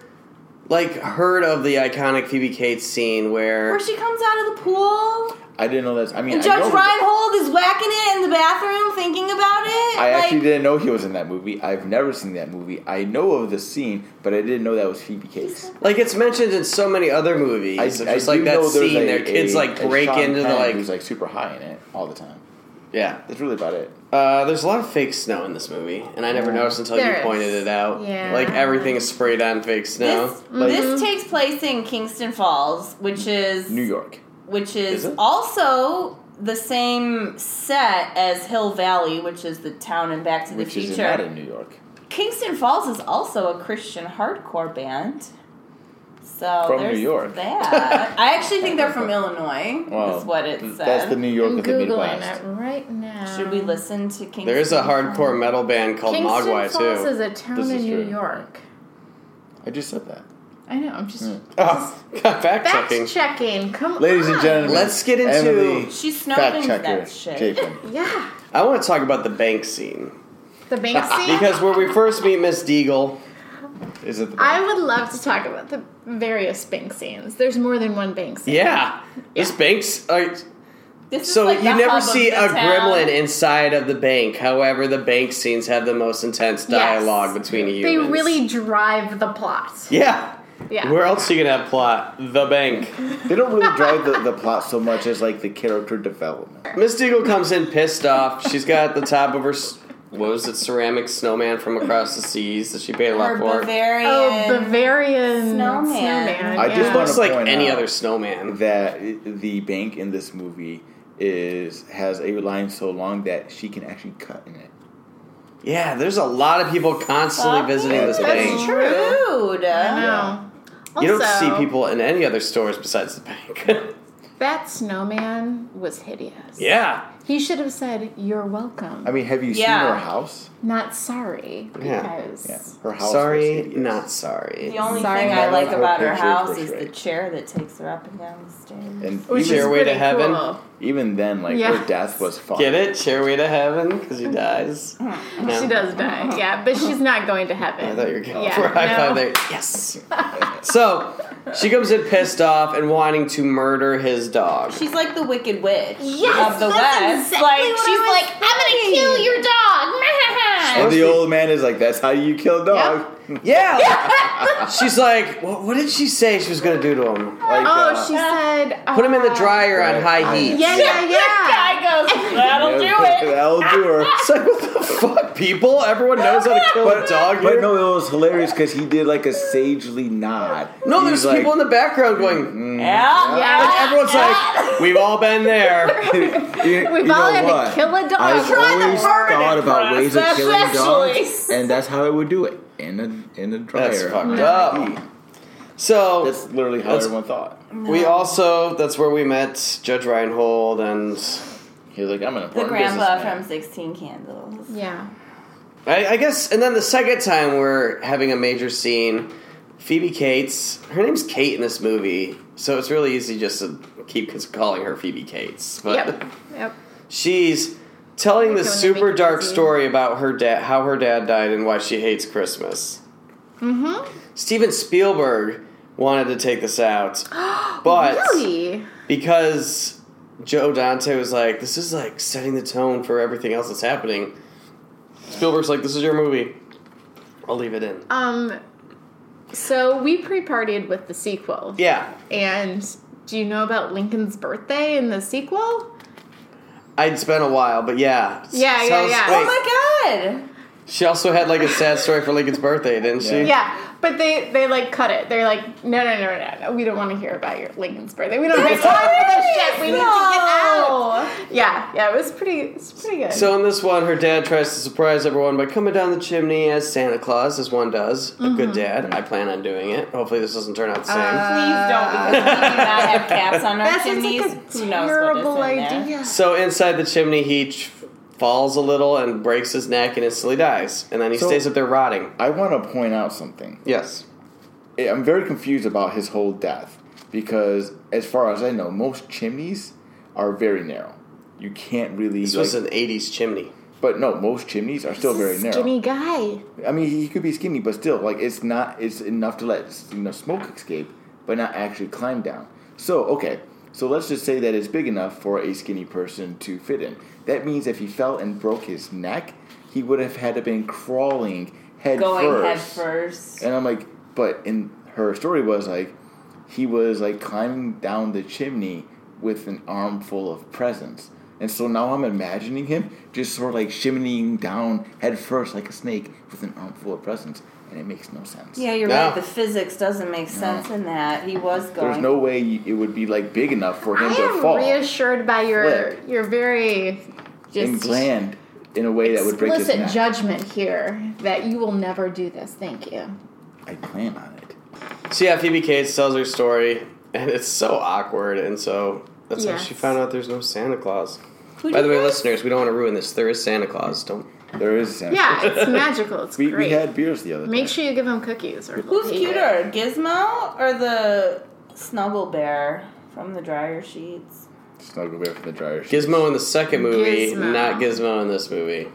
A: like heard of the iconic Phoebe Cates scene where
B: Where she comes out of the pool
C: I didn't know that. I mean,
B: and
C: I know
B: Judge
C: he-
B: Reinhold is whacking it in the bathroom, thinking about it.
C: I
B: like,
C: actually didn't know he was in that movie. I've never seen that movie. I know of the scene, but I didn't know that was Phoebe Cates.
A: Like it's mentioned in so many other movies.
C: I,
A: It's
C: I
A: just like
C: do
A: that
C: know there's
A: scene,
C: a-
A: their kids
C: a-
A: like
C: a
A: break
C: Sean
A: into the
C: Penn
A: like
C: who's like super high in it all the time.
A: yeah.
C: That's really about it.
A: Uh, there's a lot of fake snow in this movie, and I never noticed until
D: There
A: you
D: is.
A: pointed it out.
D: Yeah.
A: like everything is sprayed on fake snow.
B: This, this takes place in Kingston Falls, which is
C: New York.
B: which
A: Is
B: is,
A: it?
B: also the same set as Hill Valley, which is the town in Back to the
C: Which is
B: Future.
C: not in New York.
B: Kingston Falls is also a Christian hardcore band. So
C: From New
B: there's
C: York.
B: That. I actually think they're from Illinois.
C: Well,
B: is what it
C: th-
B: said.
C: That's the New York
D: I'm
C: of the
D: googling
C: Midwest.
D: it right now.
B: Should we listen to Kingston?
A: There is a
B: Falls?
A: hardcore metal band called
D: Kingston
A: Mogwai
D: Falls
A: too.
D: is a town
C: This
D: in
C: is
D: New
C: true.
D: York.
C: I just said that.
D: I know. I'm just
A: <laughs> oh, <laughs> fact
D: fact
A: checking.
D: checking. Come
C: Hmm. Ladies
D: on.
C: and gentlemen,
A: Let's get into-
C: Emily,
B: She
C: fact
B: snowbins
C: checker
B: that shit.
C: Chapin.
D: Yeah,
A: I want to talk about the bank scene
D: the bank
C: <laughs>
D: scene.
A: because when we first meet Miss Deagle,
C: Is it
D: <laughs>
C: the
D: I would love to talk about the various bank scenes. There's more than one bank scene.
A: yeah, this bank's. Uh,
B: This is
A: so
B: like the
A: you never
B: hub of
A: see
B: the
A: a
B: town.
A: gremlin inside of the bank. However, the bank scenes have the most intense dialogue between humans.
D: They really drive the plot.
A: Yeah.
D: Yeah.
A: Where else are you gonna have plot? The bank.
C: They don't really drive the, the plot so much as like the character development.
A: Miss Deagle comes in pissed off. She's got the top of her s- what was it, ceramic snowman from across the seas that she paid a lot
B: Her
A: for.
B: Bavarian.
D: Oh, Bavarian
B: Snowman.
D: snowman,
C: I just
D: yeah.
C: wanna-
A: Looks like
C: Point
A: any
C: out
A: other snowman.
C: That i- the bank in this movie is has a line so long that she can actually cut in it.
A: Yeah, there's a lot of people constantly
B: Fuck
A: visiting
C: yeah,
A: this
C: that's
A: bank.
D: true.
B: Rude.
D: I know. Also,
A: You don't see people in any other stores besides the bank. <laughs>
D: That snowman was hideous.
A: yeah.
D: He should have said, "You're welcome."
C: I mean, have you
B: Yeah.
C: seen her house?
D: not sorry
A: Yeah.
D: because
C: Yeah, her house.
A: sorry,
C: was hideous.
A: not sorry.
B: The only
D: Sorry.
B: thing I
D: I
B: like
C: love her
B: about her
C: picture
B: house is the
C: portrait.
B: chair that takes her up and down the stairs.
C: And
A: Which
D: which
C: even,
A: is- Stairway to
D: pretty
A: Heaven.
D: cool.
C: even then, like
D: Yeah.
C: her death was fun.
A: Get it? Chairway to heaven because he dies. No.
D: Mm-hmm. She does die, yeah, but she's not going to heaven.
A: I thought you were going
D: Yeah,
A: for a high
D: no.
A: five there. Yes. so she comes in pissed off and wanting to murder his dog.
B: She's like the Wicked Witch
D: Yes,
B: of the
D: that's
B: West.
D: exactly
B: like
D: what I
B: she's
D: was
B: like, I'm gonna kill your dog. <laughs>
C: And the old man is like, "That's how you kill a dog."
A: Yeah. like- she's like, what, what did she say she was going to do to him?
C: Like,
D: Oh,
C: uh,
D: she said,
A: Put him in the
D: uh,
A: dryer on high heat.
D: Yeah,
B: <laughs>
D: yeah, yeah.
B: Guy goes,
D: <laughs>
B: that'll
C: <laughs>
B: do it.
C: That'll do her.
A: <laughs> It's like, what the fuck, people? Everyone knows how to kill a dog here?
C: But no, it was hilarious because he did like a sagely nod.
A: No, there's people in the background going,
B: Yeah,
A: like,
D: Yeah.
A: everyone's like, we've all been there.
C: the. You,
D: We've
C: you
D: all
C: know
D: had
C: what?
D: to kill a dog.
C: I've always
B: burn it
C: thought about ways of
B: process,
C: killing dogs,
B: actually.
C: and that's how I would do it in a in a dryer.
A: That's fucked up. So
C: That's literally how
A: That's-
C: everyone thought.
A: we also, that's where we met Judge Reinhold and
C: He was like, "I'm
B: The
C: an important
B: grandpa
C: businessman."
B: from 16 Candles.
D: yeah.
A: I, I guess, and then the second time we're having a major scene, Phoebe Cates. Her name's Kate in this movie, so it's really easy just to keep c- calling her Phoebe Cates. But
D: Yep. Yep.
A: she's telling
D: Like
A: this
D: when they
A: super
D: make it
A: dark
D: easy.
A: story about her dad, how her dad died, and why she hates Christmas. Mm-hmm. Steven Spielberg wanted to take this
D: <gasps>
A: out, but
D: Really?
A: because Joe Dante was like, "This is like setting the tone for everything else that's happening." Spielberg's like, "This is your movie. I'll leave it in."
D: Um. So we pre-partied with the sequel.
A: yeah,
D: And do you know about Lincoln's birthday in the sequel?
A: I'd spent a while, but yeah, S-
D: Yeah, yeah,
A: tells-
D: yeah.
A: wait,
B: Oh my
D: <laughs>
B: god!
A: she also had like a sad story for Lincoln's birthday, didn't she?
D: Yeah, but they they like cut it. They're like, no, no, no, no, no. We don't want to hear about your Lincoln's birthday. We don't have time for this shit. We need to get out. Yeah, yeah. It was pretty. It's pretty good.
A: So in this one, her dad tries to surprise everyone by coming down the chimney as Santa Claus, as one does. A
D: Mm-hmm.
A: good dad. I plan on doing it. Hopefully, this doesn't turn out the same.
D: Uh,
B: Please don't, because we do not have caps on our
D: that sounds
B: chimneys.
D: like a
B: Who knows
D: terrible
B: what is in there.
D: idea.
A: So inside the chimney, he ch- falls a little and breaks his neck and instantly dies. And then he
C: So-
A: stays up there rotting.
C: I want to point out something.
A: Yes.
C: I'm very confused about his whole death because, as far as I know, most chimneys are very narrow. You can't really.
A: This
C: like-
A: was an 80s chimney.
C: but no, most chimneys are still very narrow.
D: Skinny guy.
C: I mean, he could be skinny, but still, like it's not. It's enough to let you know smoke escape, but not actually climb down. So okay, so let's just say that it's big enough for a skinny person to fit in. That means if he fell and broke his neck, he would have had to been crawling head
B: Going
C: first.
B: head first.
C: And I'm like, but in her story was like, he was like climbing down the chimney with an armful of presents. And so now I'm imagining him just sort of like shimmying down head first like a snake with an armful of presents. And it makes no sense.
B: Yeah, you're
A: No.
B: right. The physics doesn't make sense in that. He was going.
C: There's no way y- it would be like big enough for
D: I
C: him to
D: am
C: fall.
D: reassured by your
C: Flip.
D: your very
C: And
D: just
C: bland. in a way that would break his
D: explicit
C: neck.
D: judgment here that you will never do this. Thank
C: <laughs>
D: you.
C: I plan on it.
A: So yeah, Phoebe Cates tells her story, and it's so awkward, and so that's how she
B: Yes.
A: found out there's no Santa Claus.
D: Who
A: By the
D: did
A: way,
D: this?
A: listeners, we don't want to ruin this. There is Santa Claus. Don't.
C: There is a Santa
D: Yeah, it's magical. It's
C: We,
D: great.
C: we had beers the other
D: Make
C: day.
D: sure you give him cookies or
B: Who's
D: they'll eat it.
B: cuter, Gizmo or the Snuggle Bear from the dryer sheets?
C: Snuggle bear from the dryer.
A: Gizmo in the second movie,
D: Gizmo.
A: not Gizmo in this movie.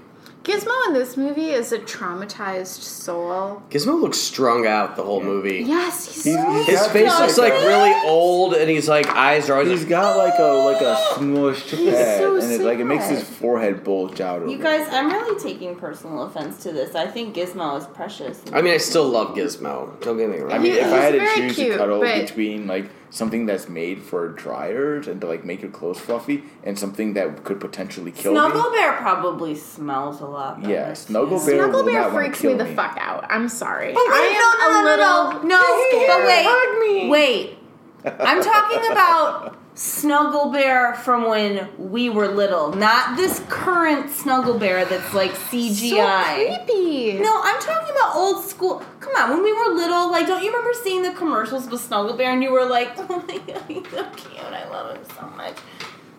D: Gizmo in this movie is a traumatized soul.
A: Gizmo looks strung out the whole movie.
D: Yes, he's,
C: He's-
D: so
C: he's
A: His
C: got
A: face
C: like
A: looks like
C: a-
A: really old, and he's like eyes are always.
C: He's got like a like a smushed head,
D: so
C: and it, like it makes
D: sad.
C: his forehead bulge out. a
B: You
C: little.
B: guys, I'm really taking personal offense to this. I think Gizmo is precious.
A: I mean, I still love Gizmo. Don't get me wrong.
C: I mean,
D: He-
C: if I had
D: he's
C: to
D: very
C: choose to
D: cute,
C: cuddle
D: but-
C: between like something that's made for dryers and to like make your clothes fluffy, and something that could potentially kill
B: Snuggle
C: me.
B: Bear probably smells a lot. better.
C: Yeah, Snuggle Bear
D: Snuggle
C: will
D: Bear
C: not wanna
D: freaks
C: kill
D: me the
C: me.
D: fuck out. I'm sorry.
B: But wait,
D: I am a little
B: no,
D: scared.
B: but wait, wait. I'm
C: <laughs>
B: talking about Snuggle Bear from when we were little, not this current Snuggle Bear that's like CGI.
D: So creepy.
B: No, I'm talking about old school. Come on, when we were little, like, don't you remember seeing the commercials with Snuggle Bear and you were like, <laughs> oh my god, he's so cute. I love him so much.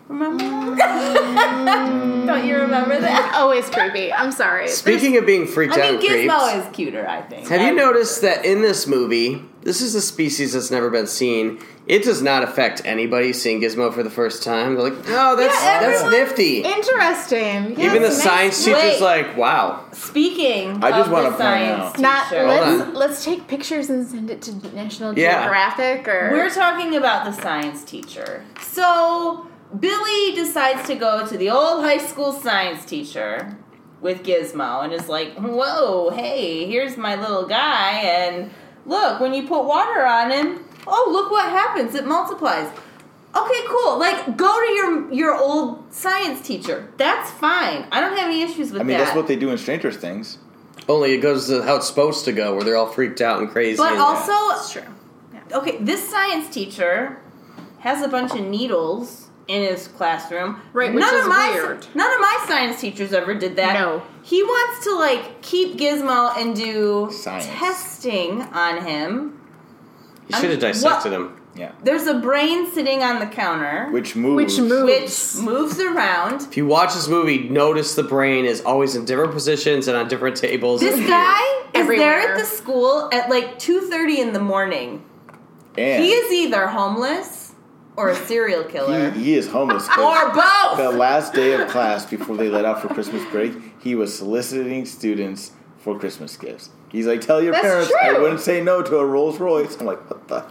B: Remember? <laughs> don't you remember that?
D: That's always creepy. I'm sorry.
A: Speaking of being freaked
B: I
A: out,
B: mean, Gizmo
A: creeps,
B: is cuter, I think.
A: have
B: I-
A: you noticed that in this movie, this is a species that's never been seen. It does not affect anybody seeing Gizmo for the first time. They're like, oh, that's
D: Yeah,
A: that's
D: everyone-
A: nifty.
D: Interesting. Yes,
A: Even the
D: nice.
A: science
B: Wait.
A: teacher's like, wow.
B: Speaking
C: I just
B: of
C: wanna
B: the
C: point
B: science
C: out-
D: Not
B: teacher,
A: Hold
D: let's
A: on.
D: let's take pictures and send it to National
A: Yeah.
D: Geographic or
B: We're talking about the science teacher. So Billy decides to go to the old high school science teacher with Gizmo and is like, "Whoa, hey, here's my little guy, and look, when you put water on him, oh, look what happens. It multiplies." Okay, cool. Like, go to your your old science teacher. That's fine. I don't have any issues with
C: I mean,
B: that.
C: that's what they do in Stranger Things.
A: Only it goes to how it's supposed to go, where they're all freaked out and crazy.
B: but
A: and-
B: also,
D: That's true.
B: okay, this science teacher has a bunch of needles in his classroom.
D: Right, which
B: none
D: is
B: of my
D: weird.
B: none of my science teachers ever did that.
D: No.
B: he wants to like keep Gizmo and do
C: Science.
B: testing on him.
A: you should have
B: I'm-
A: dissected
B: um, what-
A: him.
C: Yeah,
B: There's a brain sitting on the counter,
C: which moves.
D: Which moves?
B: which moves around.
A: If you watch this movie, notice the brain is always in different positions and on different tables.
B: This
A: <laughs>
B: guy is there
D: Everywhere.
B: at the school at like two thirty in the morning.
C: And
B: He is either homeless or a serial
C: he,
B: killer.
C: he is homeless. 'cause
B: Or both.
C: the last day of class before they let out for Christmas break, he was soliciting students for Christmas gifts. He's like, "Tell your
D: That's
C: parents I
D: true.
C: wouldn't say no to a Rolls Royce." I'm like, "What the?"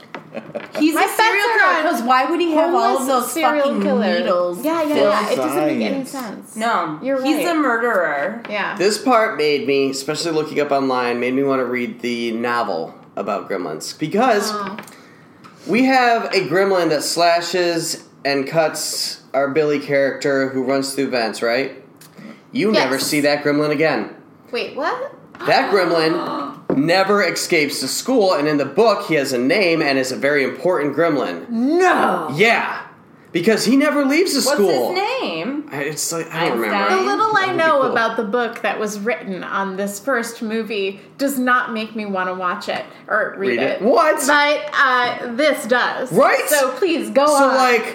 C: <laughs>
B: He's
D: My
B: a serial
D: bets are
B: killer.
D: on
B: Because why would he have all of
D: Homeless
B: those
D: serial
B: fucking
D: killer.
B: needles?
D: Yeah, yeah, yeah. It doesn't make any
C: Science.
D: sense.
B: No,
D: You're
B: he's
D: right.
B: a murderer.
D: Yeah.
A: This part made me, especially looking up online, made me want to read the novel about gremlins because
D: Oh.
A: we have a gremlin that slashes and cuts our Billy character who runs through vents, right? You
D: Yes.
A: never see that gremlin again.
D: Wait, what?
B: <gasps>
A: That gremlin never escapes the school, and in the book, he has a name and is a very important gremlin.
B: No.
A: Yeah, because he never leaves the
B: What's
A: school.
B: his name?
A: I- It's like I don't
B: Einstein.
A: remember.
D: The little
A: That
D: I
A: would be
D: know
A: cool.
D: about the book that was written on this first movie does not make me want to watch it or read,
A: Read it. What?
D: But uh, this does.
A: Right?
D: So please go on.
A: So like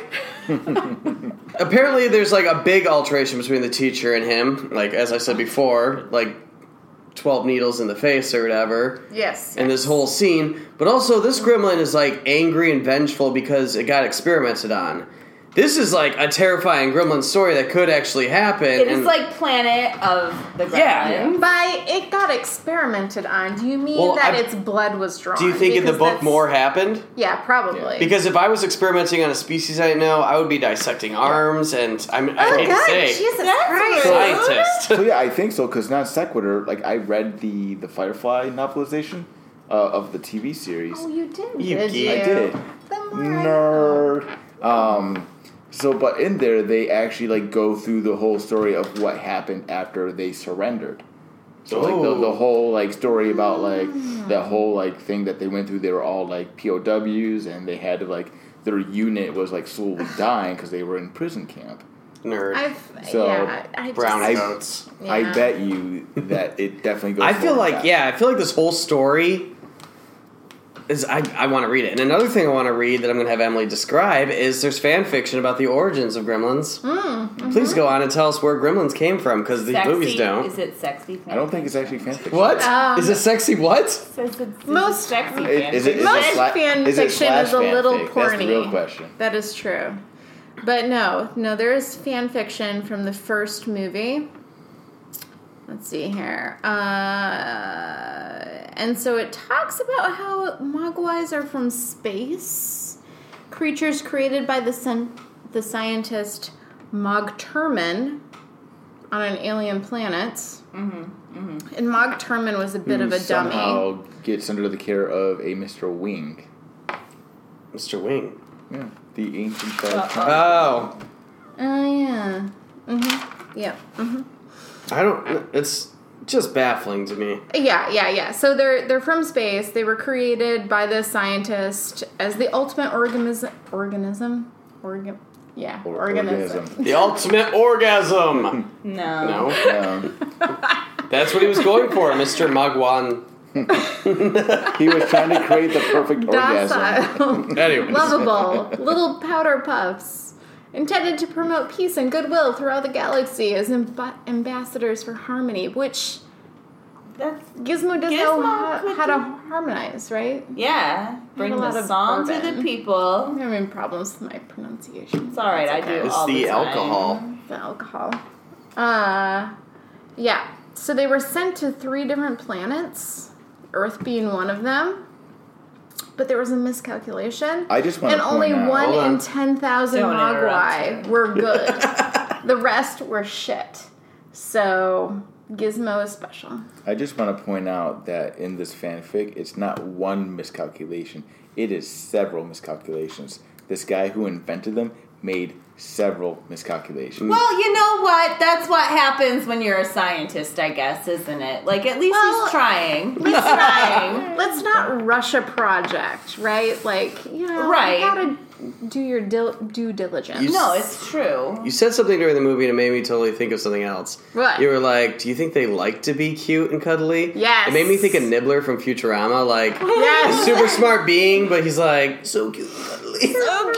A: apparently there's like a big alteration between the teacher and him, like as I said before, like 12 needles in the face or whatever.
D: yes.
A: And this whole scene, but also this gremlin is like angry and vengeful because it got experimented on. This is like a terrifying gremlin story that could actually happen.
B: It is
A: and-
B: like Planet of the Gremlins.
A: Yeah.
D: by it got experimented on. Do you mean
A: Well,
D: that
A: I-
D: its blood was drawn?
A: do you think in the
D: Because
A: book
D: that's-
A: more happened?
D: Yeah, probably.
A: Because if I was experimenting on a species I know, I would be dissecting arms, and I'm, I
D: oh
A: hate
D: God,
A: to say,
D: Jesus
B: That's
D: Christ!
B: rude.
A: scientist.
C: <laughs> so yeah, I think so because non sequitur. Like I read the the Firefly novelization uh, of the TV series.
D: Oh, you did.
A: You
D: did
A: geek.
C: I
D: you?
C: did.
D: The more I know.
C: Nerd. Um, so, but in there, they actually like go through the whole story of what happened after they surrendered. So like the, the
A: Oh.
C: whole like story about like the whole like thing that they went through. They were all like
A: <sighs>
C: POWs, and they had to like their unit was like slowly dying because they were in prison camp.
A: nerd.
D: I've
C: So,
D: yeah. I
A: brown
D: just,
A: coats.
C: I
D: Yeah.
C: bet you that it definitely goes.
A: I feel
C: forward
A: like
C: that.
A: yeah, I feel like this whole story is I, I want to read it. And another thing I want to read that I'm going to have Emily describe is there's fan fiction about the origins of Gremlins.
B: Hmm,
A: Please go on and tell us where Gremlins came from because these
B: mm-hmm. sexy,
A: movies don't.
B: Is it sexy? Fan
C: I don't think it's actually fanfiction.
A: what is
D: Um,
A: it sexy? What?
B: Says it's
D: Most-
B: most sexy.
C: It- Is it, is
D: Most
C: it sla-
D: fan
C: is it
D: fiction
C: slash
D: is a little
C: fanfic? That's the real
D: porny.
C: question.
D: That is true. But no, no, there is fan fiction from the first movie. Let's see here. Uh, and so it talks about how mogwais are from space, creatures created by the sun, the scientist Mogtermin on an alien planet. Mm-hmm, mm-hmm. And Mogtermin was a bit of a dummy.
C: Somehow gets under the care of a Mr. Wing.
A: Mr. Wing.
C: Yeah, the ancient god.
A: Oh,
D: Oh yeah. Mm-hmm. Yep.
A: I don't. It's just baffling to me.
D: Yeah, yeah, yeah. So they're they're from space. They were created by the scientist as the ultimate organism organism organ yeah,
C: or-
D: organism.
A: The ultimate orgasm.
B: No.
A: No,
C: organism.
A: that's what he was going for, Mr. Mugwan.
C: Um, he was trying to create the
D: <laughs>
C: perfect orgasm. <laughs>
D: <laughs> Docile,
A: Anyways,
D: <laughs> lovable, little powder puffs intended to promote peace and goodwill throughout the galaxy as amb- ambassadors for harmony, which
B: That's
D: Gizmo doesn't know
B: Gizmo
D: how,
B: could
D: how to harmonize, right?
B: yeah. Bring
D: a lot
B: the
D: of
B: song to
D: bourbon.
B: the people.
D: I'm having problems with my pronunciation.
B: It's all right. I do
A: it's
B: all
A: the
B: time.
A: alcohol.
D: the alcohol. Uh, yeah. So they were sent to three different planets, Earth being one of them. But there was a miscalculation.
C: I just want
D: and
C: to
D: only
C: point out-
D: one
A: Hold on.
D: in ten thousand
B: Don't
D: Mogwai
B: interrupt.
D: were
C: <laughs>
D: good. the rest were shit. So Gizmo is special.
C: I just want to point out that in this fanfic, it's not one miscalculation; it is several miscalculations. This guy who invented them made several miscalculations.
B: Well, you know what? That's what happens when you're a scientist, I guess, isn't it? Like, at least
D: Well-
B: he's trying. He's trying.
D: Let's not rush a project, right? Like, you know,
B: Right.
D: you gotta do your dil- due diligence.
A: You-
B: No, it's true.
A: You said something during the movie that made me totally think of something else.
D: What?
A: You were like, "Do you think they like to be cute and cuddly?"
D: Yes.
A: It made me think of Nibbler from Futurama, like
D: yes.
A: super smart being, but he's like so cute and
D: <laughs>
A: cuddly.
D: so cute.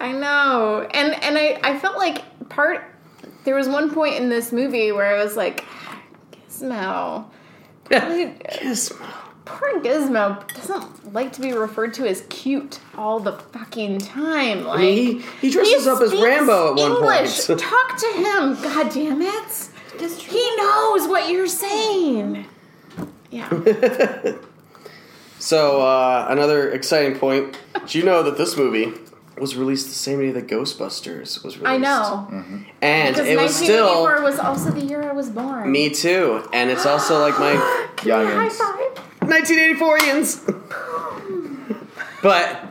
D: I know, and and I I felt like part. There was one point in this movie where I was like, Gizmo.
A: <laughs>
D: Probably,
A: Gizmo.
D: poor Gizmo doesn't like to be referred to as cute all the fucking time. Like
A: He he dresses up as
D: speaks
A: Rambo at one
D: English.
A: point.
D: Talk to him, god damn it.
B: Just
D: He knows what you're saying.
A: <laughs>
D: Yeah.
A: So uh, another exciting point. Do you know that this movie was released the same day that Ghostbusters was released?
D: I know.
A: and
D: Because
A: it was still
D: 1984 was also the year I was born.
A: me too, and it's also like
D: <gasps>
A: my <gasps>
D: Yeah, high
C: Youngins.
D: five.
A: 1984ians. but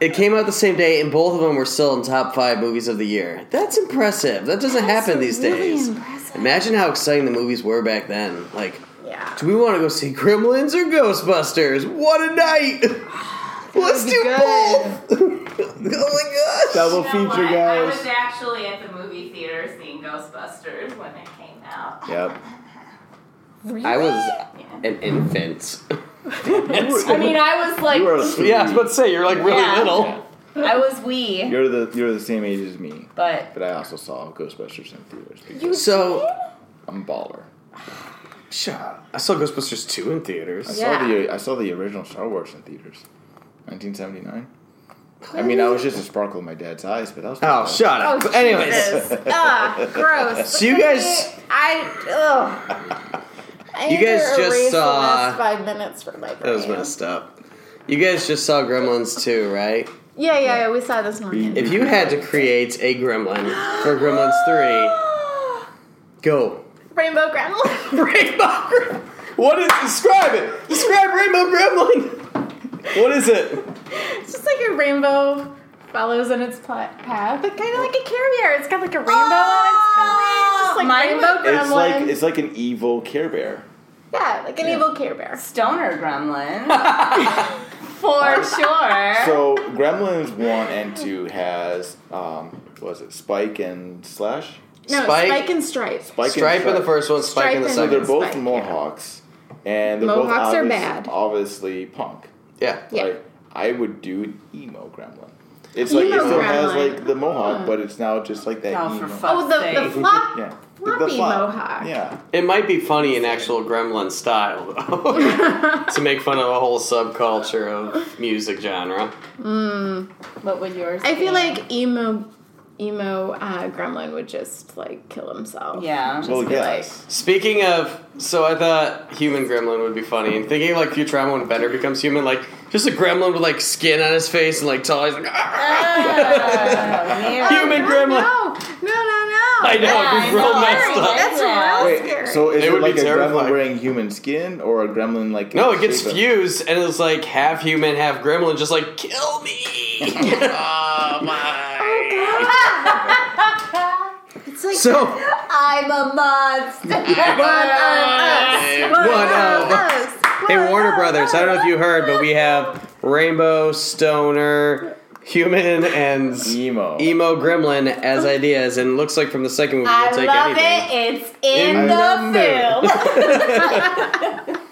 A: it came out the same day, and both of them were still in top five movies of the year. That's impressive. That doesn't happen these
D: really
A: days.
D: impressive.
A: Imagine how exciting the movies were back then. Like,
D: Yeah.
A: do we want to go see Gremlins or Ghostbusters? What a
D: <sighs>
A: night! Let's
D: be
A: do
D: good.
A: both. <laughs> oh my gosh!
C: Double feature, guys.
B: actually at the movie theater seeing Ghostbusters when it came out.
C: Yep.
A: I was an infant.
B: <laughs> I mean, I was like,
C: You are a
A: yeah, I was about to say you're like really
B: Yeah.
A: little.
B: I was wee,
C: You're the you're the same age as me,
B: but
A: <laughs>
C: but I also saw Ghostbusters in theaters. because
A: So
C: I'm a baller.
A: shut up. I saw Ghostbusters two in theaters.
D: Yeah.
C: Saw the, I saw the original Star Wars in theaters, 1979. I mean, I was just a sparkle in my dad's eyes, but that was
A: Oh, shut
D: Oh,
A: up. Anyways.
D: Jesus. Ah, gross.
A: <laughs> So you guys-
D: I, ugh. I
A: <laughs> You
D: need to
A: guys just
D: erase the
A: saw-
D: last five minutes for my
A: That was
D: brain.
A: messed up. You guys just saw Gremlins 2, right?
D: Yeah, yeah, yeah. We saw this morning.
A: If you had to create a gremlin for Gremlins 3, go.
D: <gasps>
A: <laughs>
D: Rainbow gremlin.
A: Rainbow Gremlin! What is Describe it! Describe Rainbow Gremlin! What is it?
D: <laughs> it's just like a rainbow follows in its pla- path, but kind of like a Care Bear. It's got like a rainbow
A: <gasps>
B: Oh,
D: on its belly. Just like
B: mine
D: rainbow
B: was-
D: gremlin.
C: It's like it's like an evil Care Bear.
D: yeah, like an evil Care Bear.
B: stoner gremlin. For <laughs> sure.
C: So Gremlins one and two has um, what was it Spike and Slash?
D: No,
A: Spike-
D: Spike, and Stripe.
C: Spike
A: Stripe
C: and
A: in the first one, Spike in the
D: Stripe in
C: They're
A: second.
D: the-
C: both
D: Spike, yeah.
C: Mohawks, and they're
D: Mohawks
C: both
D: are
C: obvious-
D: bad.
C: obviously punk.
A: Yeah.
D: Yeah.
C: Like I would do an emo Gremlin. It's like it
D: Emo
C: still has
D: Gremlin.
C: like the Mohawk, but it's now just like that
B: Oh, for
C: emo.
D: Oh,
B: fuck's
D: the, the
B: sake.
D: flop.
C: yeah. The- the
D: Floppy
C: flop.
D: mohawk.
C: Yeah.
A: It might be funny in actual gremlin style, though,
D: <laughs>
A: <laughs> to make fun of a whole subculture of music genre.
B: what would yours
D: I
B: be?
D: feel like emo emo uh, gremlin would just like kill
A: <laughs>
D: himself.
B: Yeah.
D: Just
C: Well,
D: be
C: yes.
A: Speaking of, so I thought human gremlin would be funny, and thinking like Futurama when Bender becomes human, like just a gremlin with like skin on his face and like tall, he's like "Ah!"
B: Oh, man.
A: human
D: like,
A: gremlin.
D: Oh, No, no, no, no.
A: I know,
B: Yeah,
A: it'd be
B: I
A: real
B: know.
A: messed up.
D: That's
B: Yeah.
D: real
C: Wait,
D: scary.
C: so is
A: It
C: it,
A: would be
C: like a
A: terrifying.
C: gremlin wearing human skin or a gremlin like
A: No, it gets
C: shape of-
A: fused, and it's like half human, half gremlin, just like kill me. <laughs> oh my!
D: it's like
A: So
B: I'm a <laughs> monster.
A: one of
D: us.
A: Hey, Warner Brothers, I don't know if you heard, but we have Rainbow, Stoner, Human, and
C: <laughs> emo.
A: Emo Gremlin as ideas, and looks like from the second movie,
B: Oh. I
A: we'll take
B: love
A: anything.
B: it. It's in,
A: In
B: the
A: the
B: film.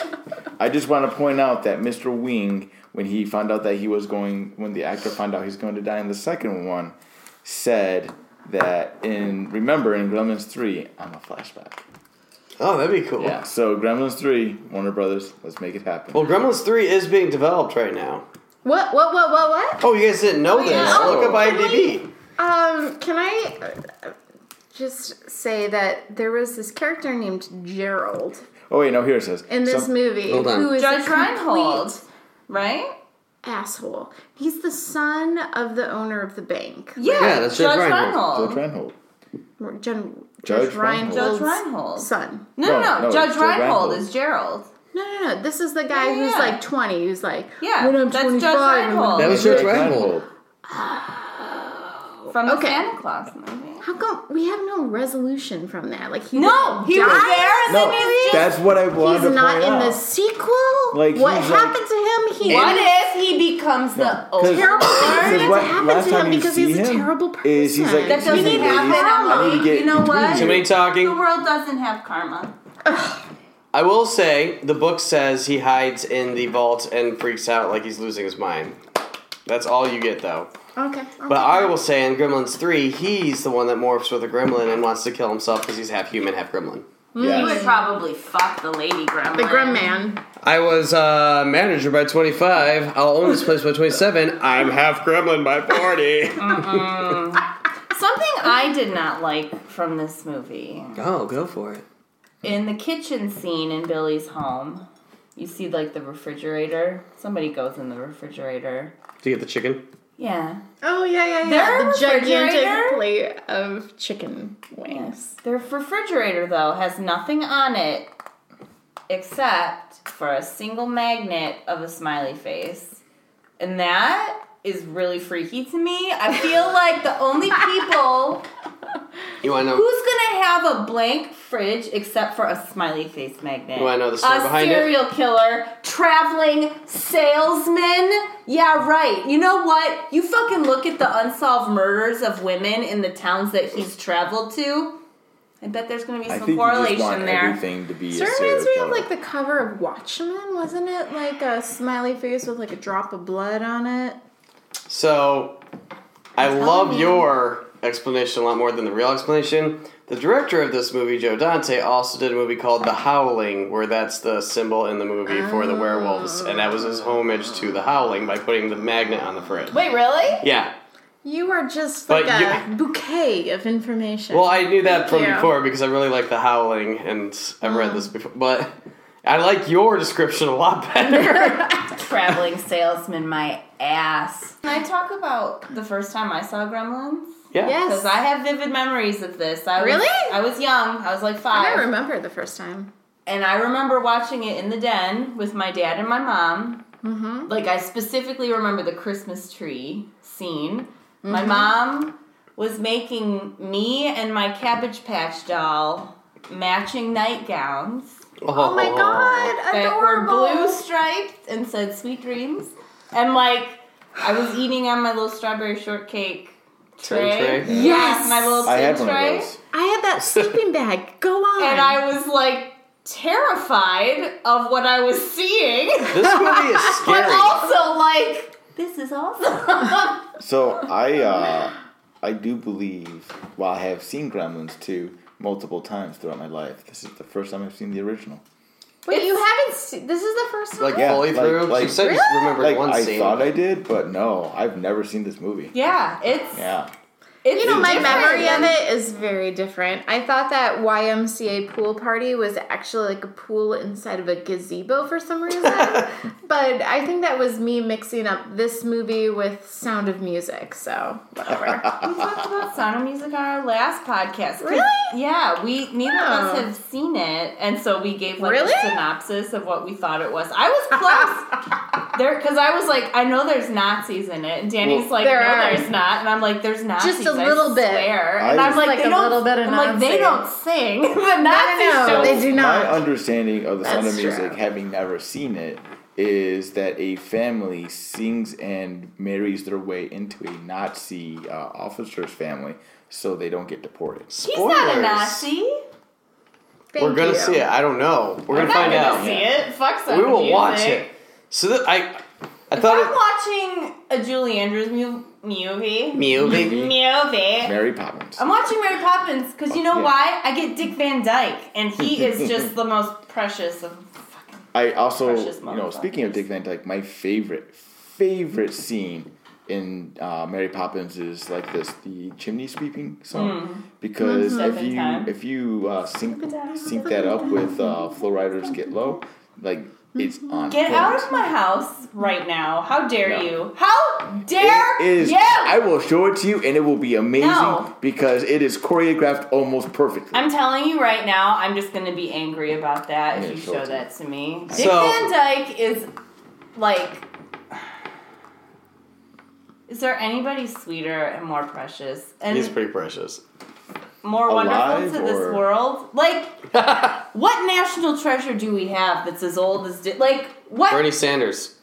C: <laughs>
D: <laughs>
C: I just want to point out that Mr. Wing, when he found out that he was going, when the actor found out he's going to die in the second one, said that in remember in Gremlins three, I'm a flashback.
A: Oh, that'd be cool.
C: Yeah. So Gremlins three, Warner Brothers, let's make it happen.
A: Well, Gremlins 3 is being developed right now.
D: What? What? What? What? What?
A: Oh, you guys didn't know this.
D: yeah.
A: Look up IMDb.
D: Um, can I uh, just say that there was this character named Gerald
C: oh wait, no, here it says
D: in this
C: Some-
D: movie
A: Hold on.
D: who is a
B: Judge
D: complete
B: Reinhold, right?
D: asshole. He's the son of the owner of the bank.
B: Yeah,
A: Yeah, that's Judge
B: Judge
A: Reinhold.
B: Reinhold.
C: Judge Reinhold.
D: Gen-
C: Judge
D: Judge,
C: Reinhold.
D: Reinhold's
B: Judge Reinhold.
D: son.
B: No, no,
C: No,
B: no.
C: no,
B: Judge,
C: Judge
B: Reinhold,
C: Reinhold.
B: is Gerald.
D: No, no, no. This is the guy
B: Yeah,
D: who's
B: yeah.
D: like 20. Who's like,
B: Yeah,
D: when I'm
B: that's Judge
D: 25. I'm gonna
B: Reinhold.
A: That was Judge
C: Judge
A: Reinhold.
B: From the
D: Okay.
B: Santa Claus movie.
D: How come we have no resolution from that? Like he
B: No, he
D: died?
B: was there and
C: No,
B: then he's just
C: that's what I wanted
D: He's
C: to
D: not
C: point
D: in
C: out.
D: the sequel.
C: Like,
D: what
C: he's like-
D: happened to him? He
B: What if he becomes the
C: 'Cause-
B: overlord?
C: because
D: It's
C: what-
D: happened
C: last
D: to
C: time
D: him
C: you
D: because he's
C: see
D: a
C: him
D: terrible
C: Is he's like
D: person.
B: That
D: We
B: doesn't
C: "Ladies,
B: happen.
C: I need to
B: Emily.
C: get
B: You know what?
A: Too many
B: The
A: talking.
B: world doesn't have karma.
A: I will say the book says he hides in the vault and freaks out like he's losing his mind. That's all you get though.
D: Okay.
A: But I will say in Gremlins 3, he's the one that morphs with a gremlin and wants to kill himself because he's half human, half gremlin.
B: He would
C: Yes.
B: probably fuck the lady grandma.
D: the Grim Man.
A: I was uh, manager by 25. I'll own this place by 27. I'm half gremlin by 40.
B: Something I did not like from this movie.
A: <laughs> oh, go for it.
B: In the kitchen scene in Billy's home, you see like the refrigerator. Somebody goes in the refrigerator.
A: Do you get the chicken?
B: Yeah.
D: Oh yeah, yeah, yeah.
B: Their
D: the gigantic
B: refrigerator?
D: plate of chicken wings.
B: Their refrigerator though has nothing on it except for a single magnet of a smiley face. And that is really freaky to me. I feel like the only people
A: You want to know?
B: Who's gonna have a blank fridge except for a smiley face magnet?
A: Do I know the story
B: a
A: behind it?
B: serial killer, traveling salesman. Yeah, right. You know what? You fucking look at the unsolved murders of women in the towns that he's traveled to. I bet there's gonna be
C: I
B: some
C: think you just want
B: correlation there.
C: everything <laughs> to be.
D: Sort
C: a
D: of
C: serial
D: reminds me of
C: killer.
D: like the cover of Watchmen, wasn't it? Like a smiley face with like a drop of blood on it.
A: So, I love your explanation a lot more than the real explanation. The director of this movie, Joe Dante, also did a movie called The Howling, where that's the symbol in the movie for the werewolves, and that was his homage to The Howling by putting the magnet on the fridge.
B: Wait, really?
A: Yeah.
D: You are just
A: But
D: like a bouquet of
A: <laughs>
D: information.
A: Well, I knew that from
D: you.
A: before because I really like The Howling, and I've read this before, but I like your description a lot better.
B: Traveling salesman, my ass. Can I talk about the first time I saw Gremlins?
A: yeah.
D: Yes.
B: Because I have vivid memories of this. I was,
D: Really?
B: I was young. I was like five.
D: I remember the first time.
B: And I remember watching it in the den with my dad and my mom. Mm-hmm. Like, I specifically remember the Christmas tree scene.
D: Mm-hmm.
B: My mom was making me and my Cabbage Patch doll matching nightgowns
D: Oh my god,
B: that
D: adorable.
B: were blue striped and said sweet dreams. And like, I was eating on my little strawberry shortcake
A: Tray
B: tray.
A: tray?
D: Yes.
B: my little
C: I had
B: tin
C: one of
B: tray.
C: those.
D: I had that sleeping bag. Go
B: <laughs>
D: on.
B: And I was like terrified of what I was seeing, <laughs>
A: This movie is
B: but
A: scary.
B: also like, this is awesome.
C: So I uh, I do believe, well, I have seen Gremlins 2 multiple times throughout my life. This is the first time I've seen the original.
D: Wait, you
B: It's-
D: haven't seen. This is the first time?
A: Like
C: Yeah,
A: fully
C: like-
A: through.
C: like-
A: you said you just remembered
C: Like,
A: one
C: I
A: scene.
C: thought I did, but no, I've never seen this movie.
B: <laughs> yeah, it's,
C: Yeah.
B: it's
D: You know, my
B: different
D: memory of
B: than-
D: it is very different. I thought that YMCA pool party was actually like a pool inside of a gazebo for some <laughs> reason. but I think that was me mixing up this movie with Sound of Music, so
C: <laughs>
D: whatever.
B: We talked about Sound of Music on our last podcast. 'cause-
D: Really?
B: Yeah, we neither of us
D: Wow.
B: have seen it, and so we gave like
D: Really?
B: a synopsis of what we thought it was. I was close
D: <laughs>
B: there because I was like, I know there's Nazis in it, and Danny's
C: Well,
B: like,
D: there
B: no,
D: are.
B: there's not, and I'm like, there's Nazis,
D: a little
B: I
D: bit.
B: swear.
C: I
B: and I'm
C: was-
B: like,
D: Like
B: they
D: a
B: don't,
D: little bit of
B: I'm like, they
D: Nazi.
B: don't sing. <laughs> the
D: I
B: Nazis
D: know.
B: don't.
D: They do not.
C: My understanding of the sound of
D: That's
C: music,
D: true.
C: having never seen it, is that a family sings and marries their way into a Nazi uh, officer's family so they don't get deported.
B: He's not a
A: Spoilers.
B: Nazi.
D: Thank
A: We're gonna
D: you.
A: see it. I don't know. We're
B: I'm
A: gonna
B: not
A: find
B: gonna
A: out.
B: see it. Fuck Sound
A: We
B: of
A: will
B: Music.
A: watch it. So that I, I
B: I'm
A: thought
B: watching a Julie Andrews mu-
A: it
B: movie.
A: movie.
B: Movie.
C: Mary Poppins.
B: I'm watching Mary Poppins because you know
C: Yeah.
B: why? I get Dick Van Dyke, and he
A: <laughs>
B: is just the most precious of.
C: I also,
B: Precious
C: you know, speaking of
B: motherfuckers.
C: Dick Van Dyke, my favorite, favorite scene in uh, Mary Poppins is like this, the chimney sweeping song,
B: Mm.
C: because
B: Step
C: if
B: in
C: you
B: time.
C: if you uh, sync sync that up with uh, Flow Riders Get Low, like it's on.
B: Mm-hmm. Get
C: point.
B: out of my house right now! How dare
C: No.
B: you? How dare
C: It is.
B: you?
C: I will show it to you, and it will be amazing
B: No.
C: because it is choreographed almost perfectly.
B: I'm telling you right now, I'm just gonna be angry about that
C: Yeah,
B: if you
C: sure.
B: show that to me. Dick
A: So-
B: Van Dyke is like. Is there anybody sweeter and more precious and
A: He's pretty precious. <laughs>
B: more wonderful
C: alive,
B: to this
C: or-
B: world? Like, what national treasure do we have that's as old as Di- like what?
A: Bernie Sanders.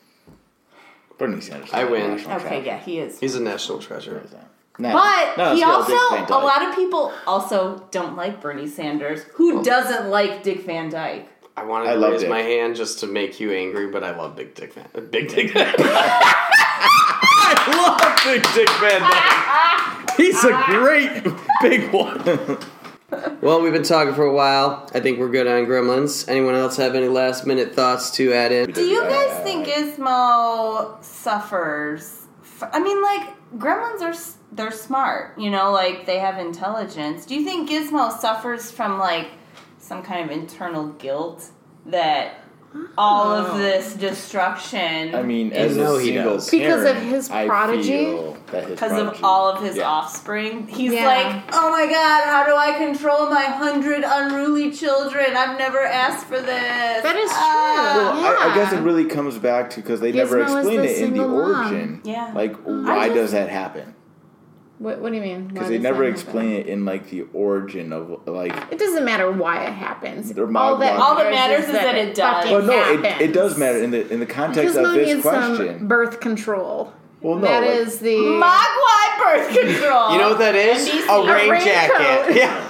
C: Bernie Sanders.
A: I win.
C: National
B: okay,
C: champion.
B: yeah, he is.
A: He's a national treasure.
C: Nah,
B: But
C: no,
B: he
C: it's got
B: also
C: Dick Van
B: a
C: Dyke.
B: lot of people also don't like Bernie Sanders. Who
C: Oh.
B: doesn't like Dick Van Dyke?
A: I wanted
C: I
A: to
C: love
A: raise
C: Dick.
A: my hand just to make you angry, but I love Big Dick Van. Big <laughs> Dick. Van- I love Big Dick Van Dyke. He's a great big one. Well, we've been talking for a while. I think we're good on Gremlins. Anyone else have any last minute thoughts to add in?
B: Do you guys think Gizmo suffers? f- I mean, like Gremlins are s- they're smart, you know, like they have intelligence. Do you think Gizmo suffers from like some kind of internal guilt that all
D: Oh.
B: of this destruction?
C: I mean,
A: I
C: as
A: know
C: a
A: he
C: single
A: does.
D: Because of
C: parent,
D: his
C: I
D: prodigy?
C: feel that his
B: because of
C: prodigy-
B: all of his
C: yeah.
B: offspring. He's
D: Yeah.
B: like, oh my god, how do I control my hundred unruly children? I've never asked for this.
D: That is
B: Ah.
D: true.
C: Well, I, I guess it
D: Yeah.
C: really comes back to because they never
D: Gizmo is
C: explained
D: the
C: it in the
D: single mom.
C: origin.
B: Yeah.
C: Like,
B: I
C: why
B: just-
C: does that happen?
D: What, what do you mean? Why
C: Because they
D: does that
C: never
D: happen?
C: explain it in like the origin of like.
D: It doesn't matter why it happens.
C: They're
D: all that
C: Mogwai. All
B: that matters is that it does.
D: fucking
C: Well, oh, no, it,
D: happens.
C: it does matter in the in the context
D: Gizmo
C: of this
D: needs
C: question.
D: some birth control.
C: well, no,
D: that
C: like,
D: is the
B: Mogwai birth control.
A: You know what that is?
B: NBC.
A: A rain
D: raincoat. <laughs>
A: jacket. Yeah.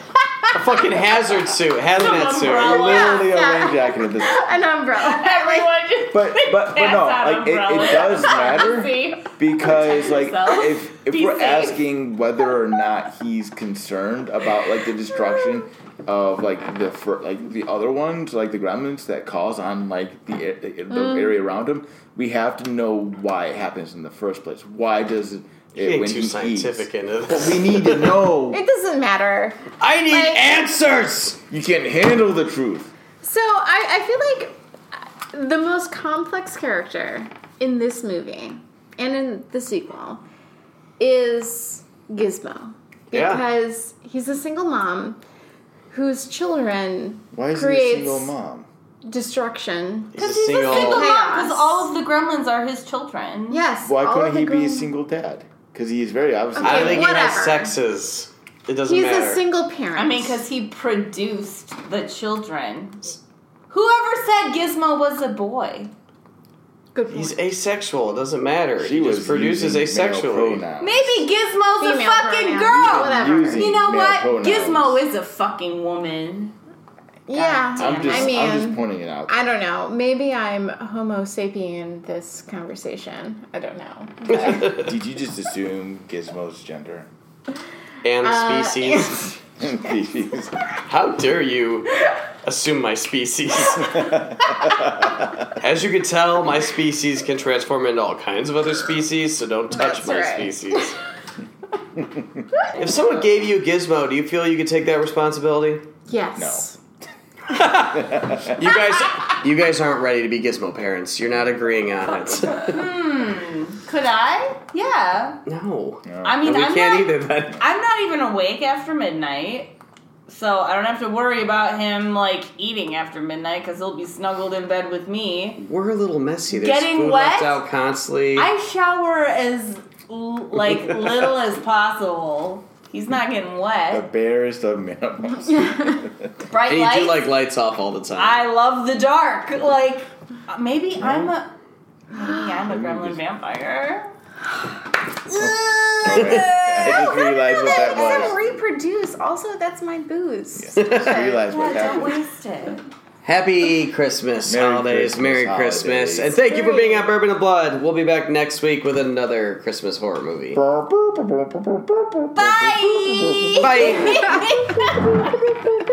A: A fucking hazard suit, hazmat
C: you're
A: suit.
B: umbrella.
C: literally a
D: <laughs>
C: rain jacket at this.
D: an umbrella.
B: Everyone just
C: But but but
B: That's
C: no,
B: not
C: like it,
B: umbrella.
C: it does matter
B: <laughs> see.
C: because like
B: yourself.
C: if if
B: Be
C: we're
B: safe.
C: asking whether or not he's concerned about like the destruction of like the fir- like the other ones like the gremlins that cause on like the a- the, the
D: Mm.
C: area around him, we have to know why it happens in the first place. Why does it,
A: You
C: it
A: ain't
C: when
A: too
C: he
A: scientific
C: eats?
A: into
C: But
A: this.
C: we need to know.
D: <laughs> It doesn't matter.
A: I need
D: Like-
A: answers.
C: You can't handle the truth.
D: So I, I feel like the most complex character in this movie and in the sequel is Gizmo.
A: Yeah.
D: Because he's a single mom whose children
C: Why is he a
D: creates
C: single mom?
D: destruction.
A: He's a
B: he's a
A: single.
B: single mom because
D: Chaos.
B: all of the gremlins are his children.
D: Yes.
C: Why
D: all of
C: couldn't
D: the
C: he be a
D: girls-
C: single dad? Because he is very obviously.
A: I don't think he has
D: Whatever.
A: sexes. It doesn't
D: He's
A: matter.
D: a single parent.
B: I mean, because he produced the children. Whoever said Gizmo was a boy?
D: Good point.
A: He's asexual. It doesn't matter.
C: She
A: he
C: was
A: just produces
C: using male
A: asexually.
C: pronouns.
B: Maybe Gizmo's
D: Female
B: a fucking
D: pronouns.
B: girl.
D: Whatever.
C: Using
B: You know
C: male
B: what?
C: pronouns.
B: Gizmo is a fucking woman.
D: yeah.
C: I'm just,
D: I mean,
C: am just pointing it out.
D: I don't know. Maybe I'm Homo sapien this conversation. I don't know.
C: Did you just assume Gizmo's gender?
A: <laughs> And
D: Uh,
A: species.
C: <laughs>
B: <laughs>
C: Please.
A: How dare you assume my
C: <laughs>
A: species? As you can tell, my species can transform into all kinds of other species, so don't touch
D: That's
A: my
B: <laughs>
D: right.
A: species. if someone gave you a gizmo, do you feel you could take that responsibility?
D: Yes.
A: You
B: <laughs>
A: guys, you guys aren't ready to be gizmo parents. You're not agreeing on it.
B: <laughs> Could I? Yeah.
A: no.
B: I mean,
A: And we
B: I'm
A: can't
B: not.
A: either, then.
B: I'm not even awake after midnight, so I don't have to worry about him like eating after midnight because he'll be snuggled in bed with me.
A: We're a little messy. There's
B: Getting
A: food
B: wet?
A: left out constantly.
B: I shower as l- like little as possible. He's not getting
C: The
B: wet.
C: barest of minimums.
B: Bright
A: and you
B: lights.
A: do like lights off all the time.
B: I love the dark. Like uh, maybe I'm a maybe I'm a gremlin vampire.
C: <laughs> I
D: <laughs>
C: just realized what that
D: Let
C: was.
D: him reproduce. Also, that's
C: <laughs>
D: my booze.
C: I realized what
B: Yeah,
C: that
B: don't
C: was.
A: <laughs>
B: waste it.
A: Happy Christmas,
C: Merry
A: holidays,
C: Christmas,
A: Merry
C: holidays.
A: Christmas, and thank you for
D: Merry-
A: being on Bourbon and Blood. We'll be back next week with another Christmas horror movie.
B: Bye.
A: Bye.